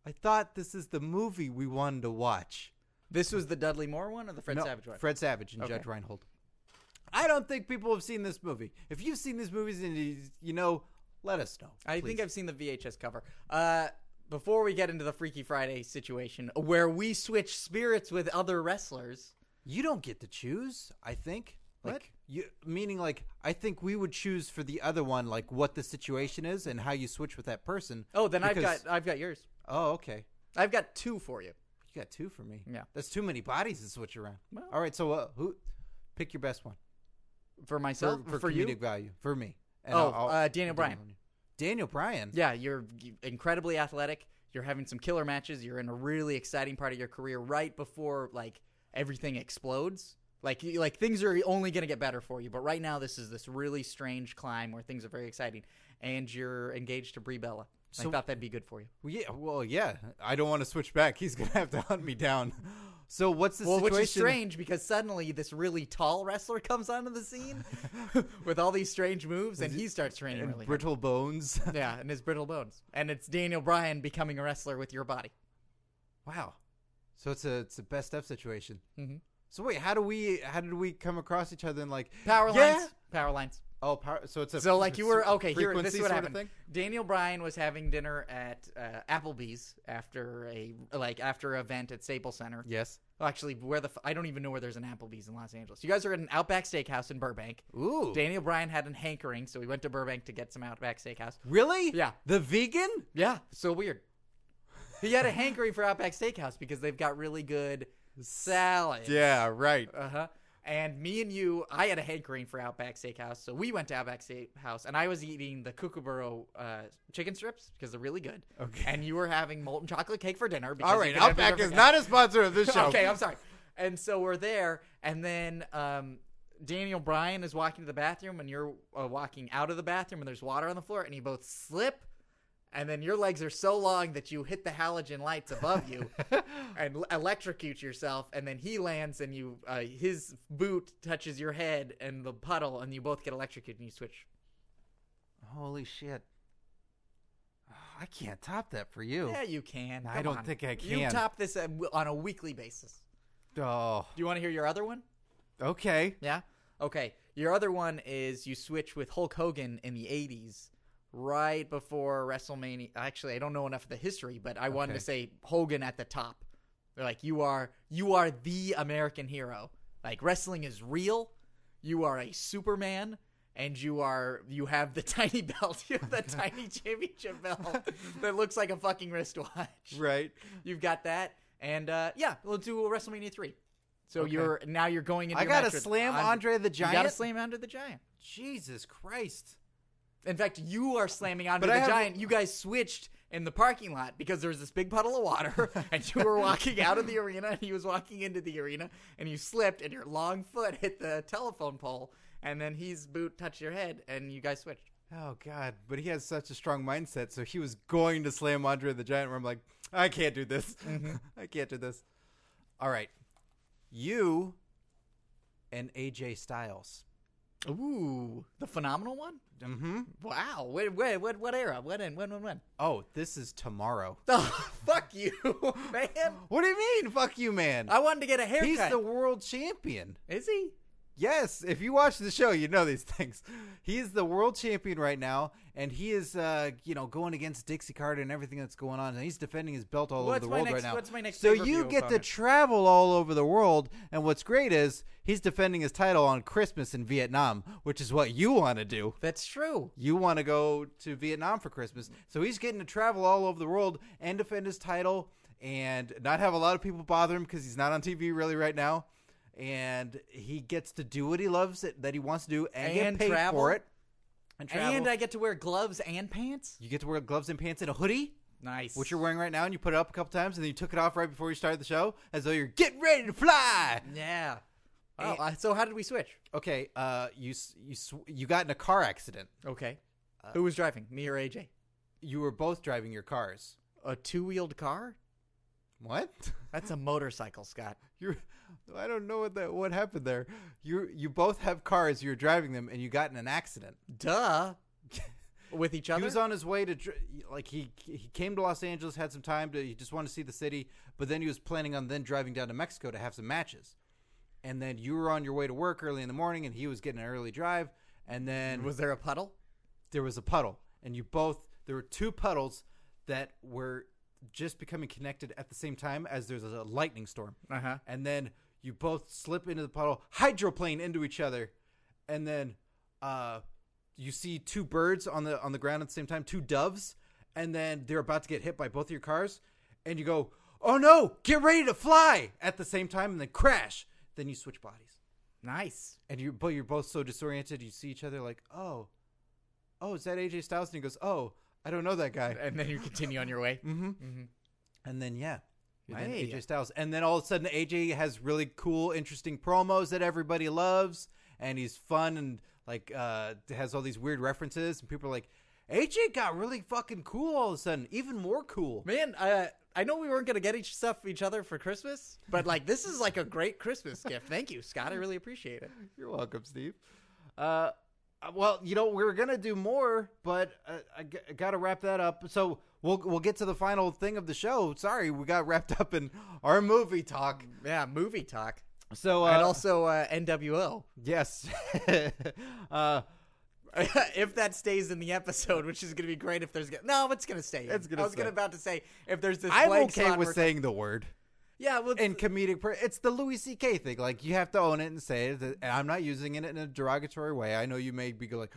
"I thought this is the movie we wanted to watch."
This was the Dudley Moore one or the Fred Savage one?
Fred Savage and
Okay.
Judge Reinhold. I don't think people have seen this movie. If you've seen these movies and you, you know, let us know.
I think I've seen the VHS cover. Uh, before we get into the Freaky Friday situation, where we switch spirits with other wrestlers,
You don't get to choose. I think. Like,
What?
You meaning like I think we would choose for the other one like what the situation is and how you switch with that person.
oh, then
because-
I've got I've got yours.
Oh, okay.
I've got two for you.
You got two for me.
Yeah.
That's too many bodies to switch around. All right, so uh, who pick your best one
For
for,
myself,
for,
for
comedic
you,
value for me. And
Oh, uh, Daniel Bryan.
Daniel Bryan.
Yeah, you're incredibly athletic. You're having some killer matches. You're in a really exciting part of your career right before like everything explodes. Like you, like things are only going to get better for you, but right now this is this really strange climb where things are very exciting and you're engaged to Brie Bella. I
So-
thought that'd be good for you.
Well, yeah. Well, yeah. I don't want to switch back. He's gonna have to hunt me down. So what's the
Well,
situation?
which is strange because suddenly this really tall wrestler comes onto the scene with all these strange moves and he starts training
And
really hard.
brittle bones.
Yeah, and his brittle bones. And it's Daniel Bryan becoming a wrestler with your body.
wow. So it's a it's a best of situation.
Mhm.
So wait, how do we how did we come across each other and like
Power
yeah?
lines. Power lines.
Oh, power. So it's a
So like you were okay. Here, this
frequency
is what
sort
happened.
Of thing?
Daniel Bryan was having dinner at uh, Applebee's after a like after an event at Staples Center.
Yes.
Well, actually, where the f- I don't even know where there's an Applebee's in Los Angeles. You guys are at an Outback Steakhouse in Burbank.
Ooh.
Daniel Bryan had an hankering, so he went to Burbank to get some Outback Steakhouse.
Really?
Yeah.
The vegan?
Yeah, so weird. He had a hankering for Outback Steakhouse because they've got really good salad.
Yeah. Right.
Uh huh. And me and you, I had a hankering for Outback Steakhouse, so we went to Outback Steakhouse, and I was eating the Kookaburra uh, chicken strips because they're really good.
Okay.
And you were having molten chocolate cake for dinner. Because
All
you
right.
could have
Outback is
different-
not a sponsor of this show.
okay, I'm sorry. And so we're there, and then um, Daniel Bryan is walking to the bathroom, and you're uh, walking out of the bathroom, and there's water on the floor, and you both slip, and then your legs are so long that you hit the halogen lights above you and l- electrocute yourself, and then he lands, and you uh, his boot touches your head and the puddle, and you both get electrocuted, and you switch.
Holy shit. Oh, I can't top that for you.
Yeah, you can.
I
Come
don't
on.
think I
You
can.
top this uh, w- on a weekly basis.
Oh,
Do you want to hear your other one?
okay.
Yeah. Okay. Your other one is you switch with Hulk Hogan in the '80s, right before WrestleMania. Actually, I don't know enough of the history, but I wanted to say Hogan at the top. They're like, you are you are the American hero. Like wrestling is real. You are a Superman, and you are you have the tiny belt. You have the tiny championship belt that looks like a fucking wristwatch.
Right.
You've got that, and uh, yeah, we'll do WrestleMania three. So you're now you're going into
I
your
gotta
match with
slam Andre the
You gotta
Giant?
slam Andre the Giant.
Jesus Christ.
In fact, you are slamming Andre
But I
the
have-
Giant. You guys switched in the parking lot because there was this big puddle of water, and you were walking out of the arena, and he was walking into the arena, and you slipped, and your long foot hit the telephone pole, and then his boot touched your head, and you guys switched.
Oh God! But he has such a strong mindset, so he was going to slam Andre the Giant. Where I'm like, I can't do this. I can't do this. All right, you and AJ Styles.
Ooh, the phenomenal one.
Mm-hmm.
Wow. Wait, wait, what? What era? When? and- When? When? When?
Oh, this is tomorrow.
Oh, fuck you, man.
What do you mean? Fuck you, man!
I wanted to get a haircut.
He's the world champion.
Is he?
Yes, if you watch the show, you know these things. He is the world champion right now, and he is, uh, you know, going against Dixie Carter and everything that's going on, and he's defending his belt all
What's
over the
my
world
next-
right now.
what's my next
so
pay-per-view
you get to
opponent?
travel all over the world, and what's great is he's defending his title on Christmas in Vietnam, which is what you want to do.
That's true.
You want to go to Vietnam for Christmas, so he's getting to travel all over the world and defend his title, and not have a lot of people bother him because he's not on TV really right now. And he gets to do what he loves it, that he wants to do and,
And
get paid
travel.
for it. And travel.
And I get to wear gloves and pants.
you get to wear gloves and pants and a hoodie,
Nice.
which you're wearing right now, and you put it up a couple times, and then you took it off right before you started the show, as though you're getting ready to fly.
Yeah. Oh, I- so how did we switch?
Okay, uh, you s- you sw- you got in a car accident.
Okay. Uh, Who was driving? Me or AJ?
You were both driving your cars.
A two-wheeled car?
What?
That's a motorcycle, Scott.
You're, I don't know what that what happened there. You you both have cars. You're driving them, and you got in an accident.
Duh. With each other?
He was on his way to dr- like he he came to Los Angeles, had some time to he just wanted to see the city, but then he was planning on then driving down to Mexico to have some matches. and then you were on your way to work early in the morning, and he was getting an early drive, and then
Was there a puddle?
there was a puddle, and you both there were two puddles that were just becoming connected at the same time as there's a lightning storm.
Uh-huh.
And then you both slip into the puddle, hydroplane into each other, and then uh, you see two birds on the on the ground at the same time, two doves, and then they're about to get hit by both of your cars, and you go, "Oh no, get ready to fly!" at the same time, and then crash. Then you switch bodies
Nice.
and you but you're both so disoriented you see each other like oh oh is that aj styles and he goes oh i don't know that guy
And then you continue on your way.
and then yeah you're then
Hey.
aj styles and then all of a sudden aj has really cool interesting promos that everybody loves and he's fun and like uh has all these weird references and people are like aj got really fucking cool all of a sudden even more cool
Man, uh, I know we weren't gonna get each stuff each other for Christmas, but like this is like a great Christmas gift. Thank you, Scott. I really appreciate it.
You're welcome, Steve. Uh, uh, well, you know we are gonna do more, but uh, I, g- I gotta wrap that up. So we'll we'll get to the final thing of the show. Sorry, we got wrapped up in our movie talk.
Yeah, movie talk.
So uh,
and also uh, NWO,
yes, uh,
if that stays in the episode, which is going to be great. If there's gonna, no, it's going to stay. in.
It's gonna
I was
stay.
gonna about to say if there's this.
I'm
blank
okay
slot
with
where-
saying the word.
Yeah, well,
And comedic, per- it's the Louis C.K. thing. Like you have to own it and say it. And I'm not using it in a derogatory way. I know you may be like,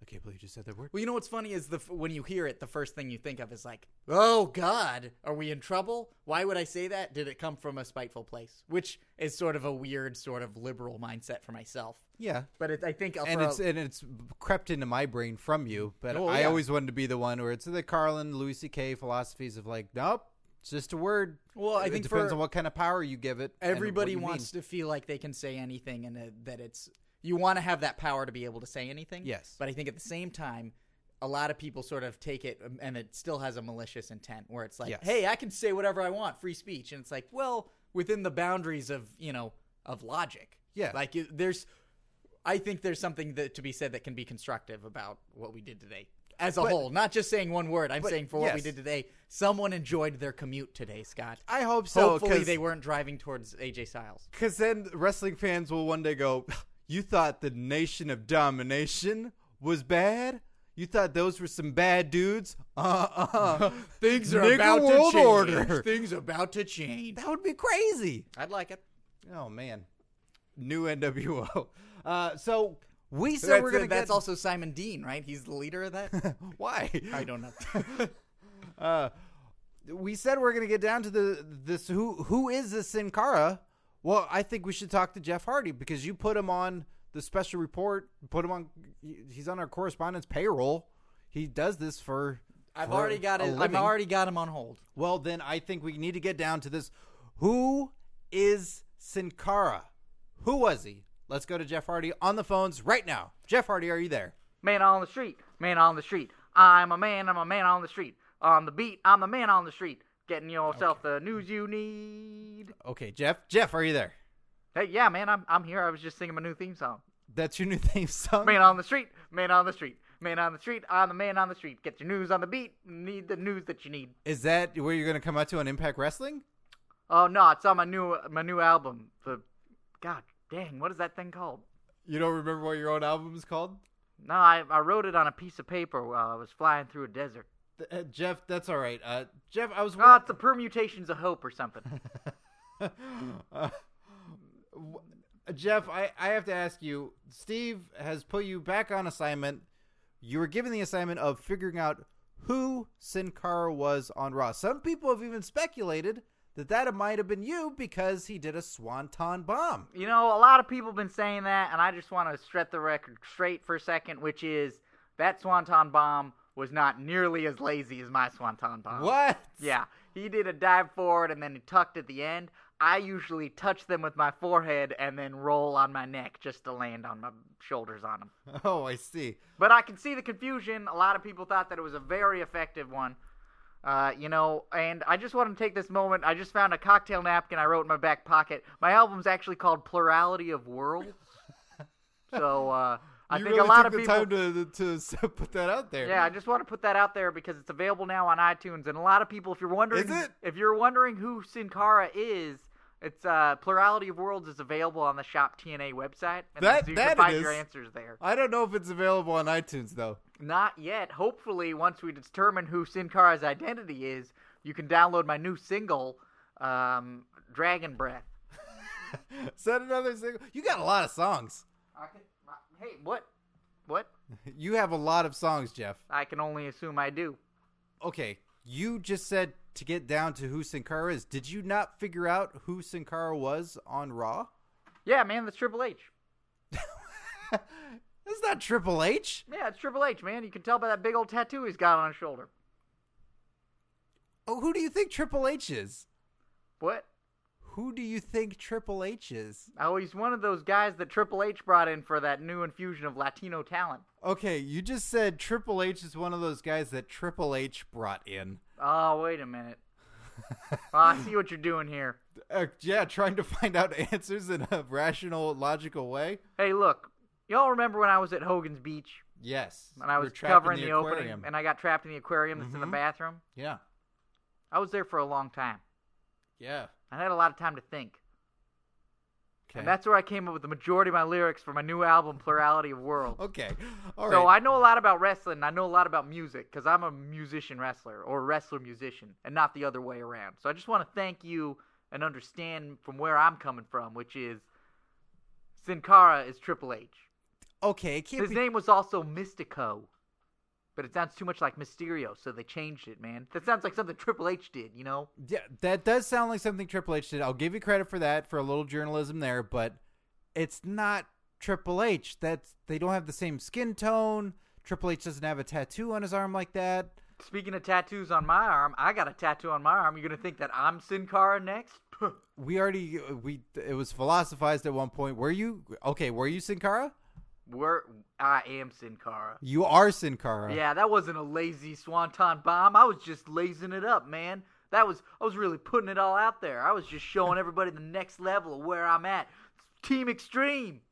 I can't believe you just said that word.
well, you know what's funny is the f- when you hear it, the first thing you think of is like, oh God, are we in trouble? Why would I say that? Did it come from a spiteful place? Which is sort of a weird, sort of liberal mindset for myself.
Yeah,
But it, I think
and
for a-
it's and it's crept into my brain from you. But
Oh,
I
yeah.
always wanted to be the one where it's the Carlin, Louis C.K. philosophies of like, nope, it's just a word.
Well, I
it
think
depends
for-
on what kind of power you give it. and what
everybody
you mean.
wants to feel like they can say anything and that- that it's you want to have that power to be able to say anything
Yes.
but i think at the same time a lot of people sort of take it um, and it still has a malicious intent where it's like
Yes.
hey i can say whatever i want free speech and it's like well within the boundaries of you know of logic
Yeah.
like you- there's i think there's something that to be said that can be constructive about what we did today as a whole not just saying one word i'm saying for what we
yes.
did today someone enjoyed their commute today scott
I hope so.
Hopefully,
'cause-
they weren't driving towards AJ Styles.
Because then wrestling fans will one day go, You thought the Nation of Domination was bad? You thought those were some bad dudes? Uh uh
Things
are Nigger about to world change. order.
Things about to change.
That would be crazy.
I'd like it.
Oh, man. New NWO. Uh, so we said
that's
we're going to
that's
get.
also Simon Dean, right? He's the leader of that.
Why?
I don't know.
Uh, we said we're gonna get down to the this who who is this Sin Cara? Well, I think we should talk to Jeff Hardy because you put him on the special report. Put him on. He's on our correspondence payroll. He does this for.
I've
for
already got
a
it. I've
living.
already got him on hold.
Well, then I think we need to get down to this. Who is Sin Cara? Who was he? Let's go to Jeff Hardy on the phones right now. Jeff Hardy, are you there?
Man on the street, man on the street. I'm a man, I'm a man on the street. On the beat, I'm the man on the street. Getting yourself the news you need.
Okay, Jeff. Jeff, are you there?
Hey, yeah, man, I'm, I'm here. I was just singing my new theme song.
That's your new theme song.
Man on the street, man on the street, man on the street. I'm the man on the street. Get your news on the beat. Need the news that you need.
Is that where you're gonna come out to on Impact Wrestling?
Oh no, it's on my new my new album. The God dang, what is that thing called?
You don't remember what your own album is called?
No, I, I wrote it on a piece of paper while I was flying through a desert.
Th- uh, Jeff, that's all right. Uh, Jeff, I was.
Oh, it's the permutations of hope or something.
Uh, w- Jeff, I, I have to ask you. Steve has put you back on assignment. You were given the assignment of figuring out who Sin Cara was on Raw. Some people have even speculated that that might have been you because he did a swanton bomb.
You know, a lot of people have been saying that, and I just want to set the record straight for a second, which is that Swanton bomb was not nearly as lazy as my Swanton bomb.
What?
Yeah, he did a dive forward and then he tucked at the end. I usually touch them with my forehead and then roll on my neck just to land on my shoulders on them.
Oh, I see.
But I can see the confusion. A lot of people thought that it was a very effective one. Uh, you know, and I just want to take this moment. I just found a cocktail napkin I wrote in my back pocket. My album's actually called Plurality of Worlds. so uh, I
you
think
really
a lot
took
of
the
people.
time to, to, to put that out there.
Yeah, I just want to put that out there because it's available now on iTunes, and a lot of people, if you're wondering,
Is it?
if you're wondering who Sin Cara is,
It's uh, Plurality of Worlds is available on the Shop TNA website. And
That-
so you
that
can
it
find your
is.
answers there.
I don't know if it's available on iTunes though.
Not yet. Hopefully, once we determine who Sin Cara's identity is, you can download my new single, um, Dragon Breath.
Said another single. You got a lot of songs.
I can, hey, what? What?
You have a lot of songs, Jeff.
I can only assume I do.
Okay, you just said to get down to who Sin Cara is. Did you not figure out who Sin Cara was on Raw?
Yeah, man, that's Triple H.
That's not Triple H.
Yeah, it's Triple H, man. You can tell by that big old tattoo he's got on his shoulder.
Oh, who do you think Triple H is?
What?
Who do you think Triple H is?
Oh, he's one of those guys that Triple H brought in for that new infusion of Latino talent.
Okay, you just said Triple H is one of those guys that Triple H brought in.
Oh, wait a minute. Oh, I see what you're doing here.
Uh, yeah, trying to find out answers in a rational, logical way.
Hey, look. Y'all remember when I was at Hogan's Beach
Yes.
and I
We're
was
trapped in
covering the,
aquarium.
opening and I got trapped in the aquarium that's in the
Mhm.
bathroom?
yeah.
I was there for a long time.
Yeah.
I had a lot of time to think.
Okay.
And that's where I came up with the majority of my lyrics for my new album, Plurality of Worlds.
okay. All right.
so I know a lot about wrestling. and I know a lot about music because I'm a musician wrestler or wrestler musician, and not the other way around. So I just want to thank you and understand from where I'm coming from, which is Sin Cara is Triple H.
okay, it can't
His
be-
name was also Mystico, but it sounds too much like Mysterio, so they changed it, man. That sounds like something Triple H did, you know?
Yeah, that does sound like something Triple H did. I'll give you credit for that for a little journalism there, but it's not Triple H. That's they don't have the same skin tone. Triple H doesn't have a tattoo on his arm like that.
Speaking of tattoos on my arm, I got a tattoo on my arm. You're gonna think that I'm Sin Cara next?
We already we it was philosophized at one point. Were you okay? Were you Sin Cara?
We're I am Sin Cara.
You are Sin Cara.
Yeah, that wasn't a lazy swanton bomb. I was just lazing it up, man. That was I was really putting it all out there. I was just showing everybody the next level of where I'm at. Team Extreme.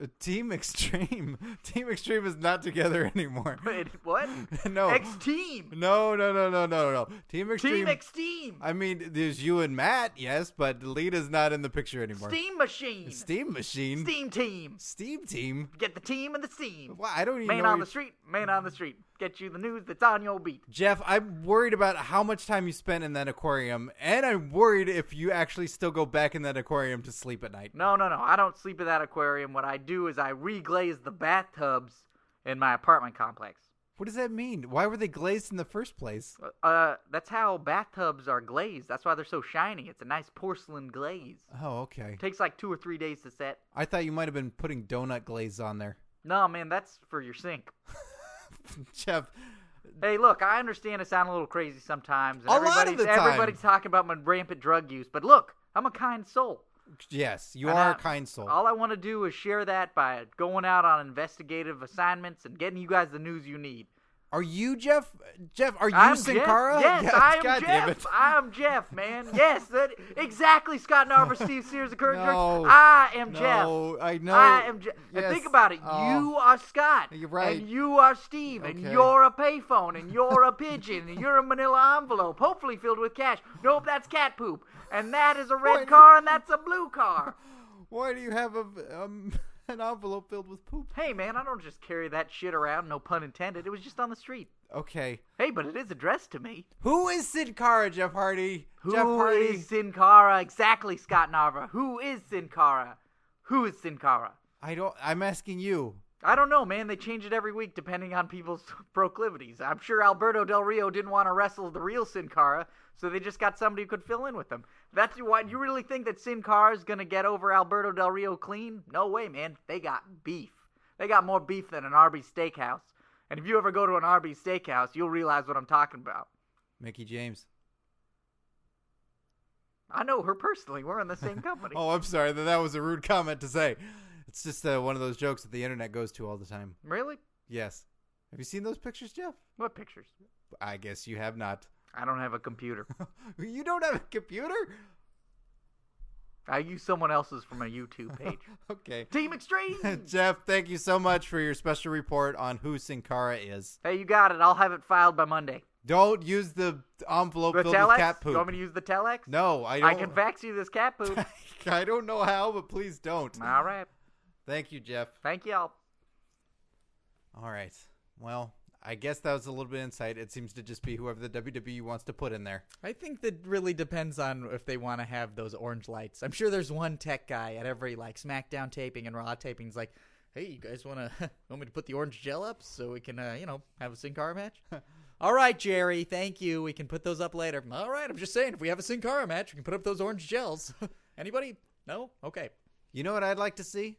Team Extreme. Team Extreme is not together anymore.
Wait, what?
No.
X Team.
No, no, no, no, no, no. Team Extreme.
Team Extreme.
I mean, there's you and Matt, yes, but Lita's not in the picture anymore.
Steam Machine.
Steam Machine.
Steam Team.
Steam Team.
Get the team and the steam.
Well, I don't even
Man
know.
on
you-
the street. Man on the street. Get you the news that's on your beat.
Jeff, I'm worried about how much time you spent in that aquarium, and I'm worried if you actually still go back in that aquarium to sleep at night.
No, no, no. I don't sleep in that aquarium. What I do is I reglaze the bathtubs in my apartment complex.
What does that mean? Why were they glazed in the first place?
Uh, that's how bathtubs are glazed. That's why they're so shiny. It's a nice porcelain glaze.
Oh, okay.
takes like two or three days to set.
I thought you might have been putting donut glaze on there.
No, man, that's for your sink.
Jeff,
Hey, look, I understand I sound a little crazy sometimes. And
A lot of
everybody's-
the time.
Everybody's talking about my rampant drug use, but look, I'm a kind soul.
yes, you
And
are
I-
a kind soul.
All I want to do is share that by going out on investigative assignments and getting you guys the news you need.
Are you Jeff? Jeff, are you
I'm
Sin
Jeff.
Cara?
Yes,
Yeah,
I am
God
Jeff.
damn it.
I am Jeff, man. Yes, that, exactly. Scott Narver, Steve Sears, and Kurt Jerks.
No.
I am Jeff.
No, I know.
I am Jeff.
Yes.
And think about it.
Oh.
you are Scott.
You're right.
And you are Steve. And
Okay.
you're a payphone. And you're a pigeon. And you're a manila envelope, hopefully filled with cash. Nope, that's cat poop. And that is a red car, and that's a blue car.
Why do you have a um, an envelope filled with poop?
Hey, man, I don't just carry that shit around, no pun intended. It was just on the street.
Okay.
Hey, but it is addressed to me.
Who is Sid Cara, Jeff Hardy?
Who is
Jeff Hardy.
Sin Cara? Exactly, Scott Narva. Who is Sin Cara? Who is Sin Cara?
I don't. I'm asking you.
I don't know, man. They change it every week depending on people's proclivities. I'm sure Alberto Del Rio didn't want to wrestle the real Sin Cara, so they just got somebody who could fill in with him. That's why you really think that Sin Cara is going to get over Alberto Del Rio clean? No way, man. They got beef. They got more beef than an Arby's steakhouse. And if you ever go to an Arby's steakhouse, you'll realize what I'm talking about.
Mickey James.
I know her personally. We're in the same company.
Oh, I'm sorry that that was a rude comment to say. It's just uh, one of those jokes that the internet goes to all the time.
Really?
Yes. Have you seen those pictures, Jeff?
What pictures?
I guess you have not.
I don't have a computer.
you don't have a computer?
I use someone else's from a YouTube page.
Okay.
Team Extreme!
Jeff, thank you so much for your special report on who Sin Cara is.
hey, you got it. I'll have it filed by Monday.
Don't use the envelope
The
filled
telex?
with cat poop.
You want me to use the telex?
no, I don't.
I can fax you this cat poop.
I don't know how, but please don't.
All right.
Thank you, Jeff.
Thank y'all.
All right. Well, I guess that was a little bit of insight. It seems to just be whoever the WWE wants to put in there.
I think that really depends on if they want to have those orange lights. I'm sure there's one tech guy at every like SmackDown taping and Raw tapings like, "Hey, you guys want to want me to put the orange gel up so we can, uh, you know, have a Sin Cara match?" All right, Jerry, thank you. We can put those up later. All right, I'm just saying if we have a Sin Cara match, we can put up those orange gels. Anybody? No? Okay.
You know what I'd like to see?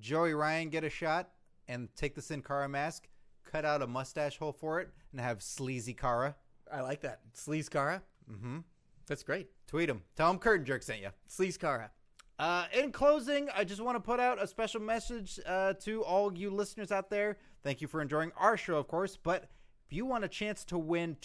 Joey Ryan get a shot and take the Sin Cara mask, cut out a mustache hole for it, and have Sleazy Cara.
I like that. Sleaze Cara.
Mhm.
That's great.
Tweet him. Tell him Curtain Jerk sent you.
Sleaze Cara.
Uh, in closing, I just want to put out a special message uh, to all you listeners out there. Thank you for enjoying our show, of course. But if you want a chance to win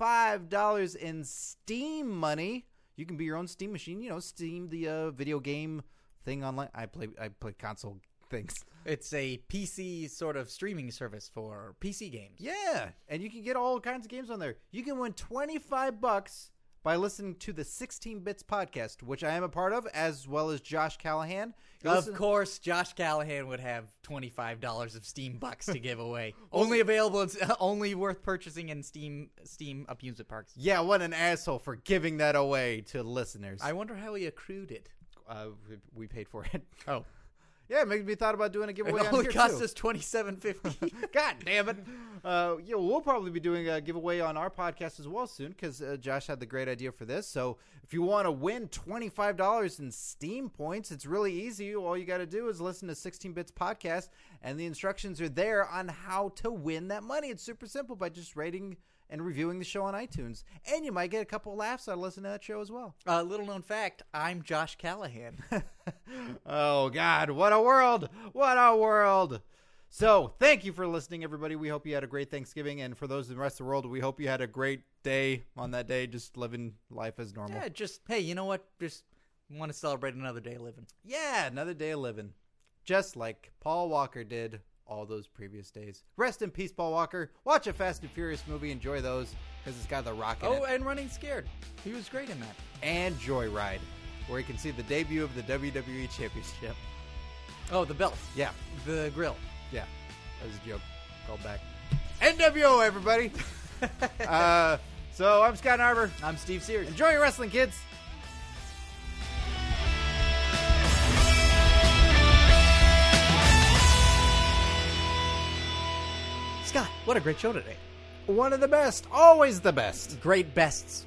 $25 in Steam money, you can be your own Steam machine. You know, Steam, the uh, video game thing online. I play, I play console things.
It's a PC sort of streaming service for PC games.
Yeah, and you can get all kinds of games on there. You can win 25 bucks by listening to the 16 Bits podcast, which I am a part of, as well as Josh Callahan. You
Of
listen-
course, Josh Callahan would have twenty-five dollars of Steam bucks to give away. only available, in, only worth purchasing in Steam Steam amusement parks.
Yeah, what an asshole for giving that away to listeners.
I wonder how he accrued it.
uh, we- we paid for it.
Oh,
yeah, maybe we thought about doing a
it
giveaway. on
only
here,
cost
too.
us twenty-seven fifty.
God damn it. Uh, yeah, we'll probably be doing a giveaway on our podcast as well soon because uh, Josh had the great idea for this. So if you want to win $25 in Steam points, it's really easy. All you got to do is listen to 16 Bits Podcast, and the instructions are there on how to win that money. It's super simple by just rating and reviewing the show on iTunes. And you might get a couple laughs out of listening to that show as well.
uh, little known fact: I'm Josh Callahan.
oh God, what a world! What a world! So thank you for listening, everybody. We hope you had a great Thanksgiving, and for those in the rest of the world, we hope you had a great day on that day, just living life as normal.
yeah, just hey, you know what? Just want to celebrate another day of living.
Yeah, another day of living, just like Paul Walker did all those previous days. Rest in peace, Paul Walker. Watch a Fast and Furious movie, enjoy those because it's got the rock in
Oh,
it
and Running Scared. He was great in that.
and Joyride, where you can see the debut of the WWE Championship.
Oh, the belt,
Yeah,
the grill.
Yeah, that was a joke. Call back. NWO, everybody. uh, so I'm Scott Arbor.
I'm Steve Sears.
Enjoy your wrestling, kids.
Scott, what a great show today.
One of the best, always the best.
Great bests.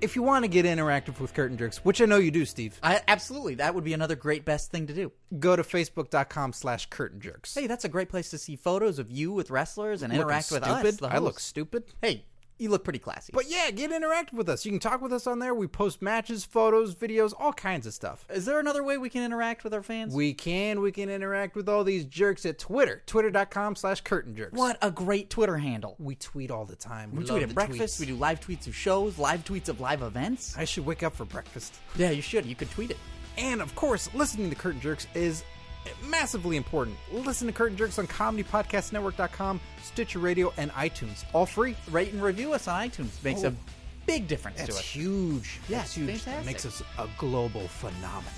If you want to get interactive with Curtain Jerks, which I know you do, Steve,
I, absolutely, that would be another great best thing to do.
go to facebook.com slash curtain jerks.
Hey, that's a great place to see photos of you with wrestlers and
Looking
interact with
stupid.
us. the
I look
hosts.
stupid.
Hey, you look pretty classy.
But yeah, get interactive with us. You can talk with us on there. We post matches, photos, videos, all kinds of stuff.
is there another way we can interact with our fans?
We can we can interact with all these jerks at Twitter. Twitter.com slash curtain jerks.
what a great Twitter handle.
We tweet all the time.
We
love
tweet
the
at breakfast.
tweets.
We do live tweets of shows, live tweets of live events.
I should wake up for breakfast.
Yeah, you should. You could tweet it.
And of course, listening to Curtain Jerks is massively important. Listen to Curtain Jerks on comedypodcastnetwork.com, Stitcher Radio, and iTunes. All free.
Rate and review us on iTunes. Makes
Oh.
a big difference to
That's
us.
huge.
Yeah,
That's huge. That
fantastic.
makes us a global phenomenon.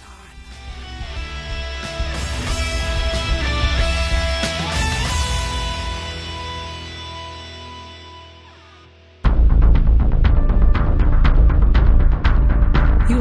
You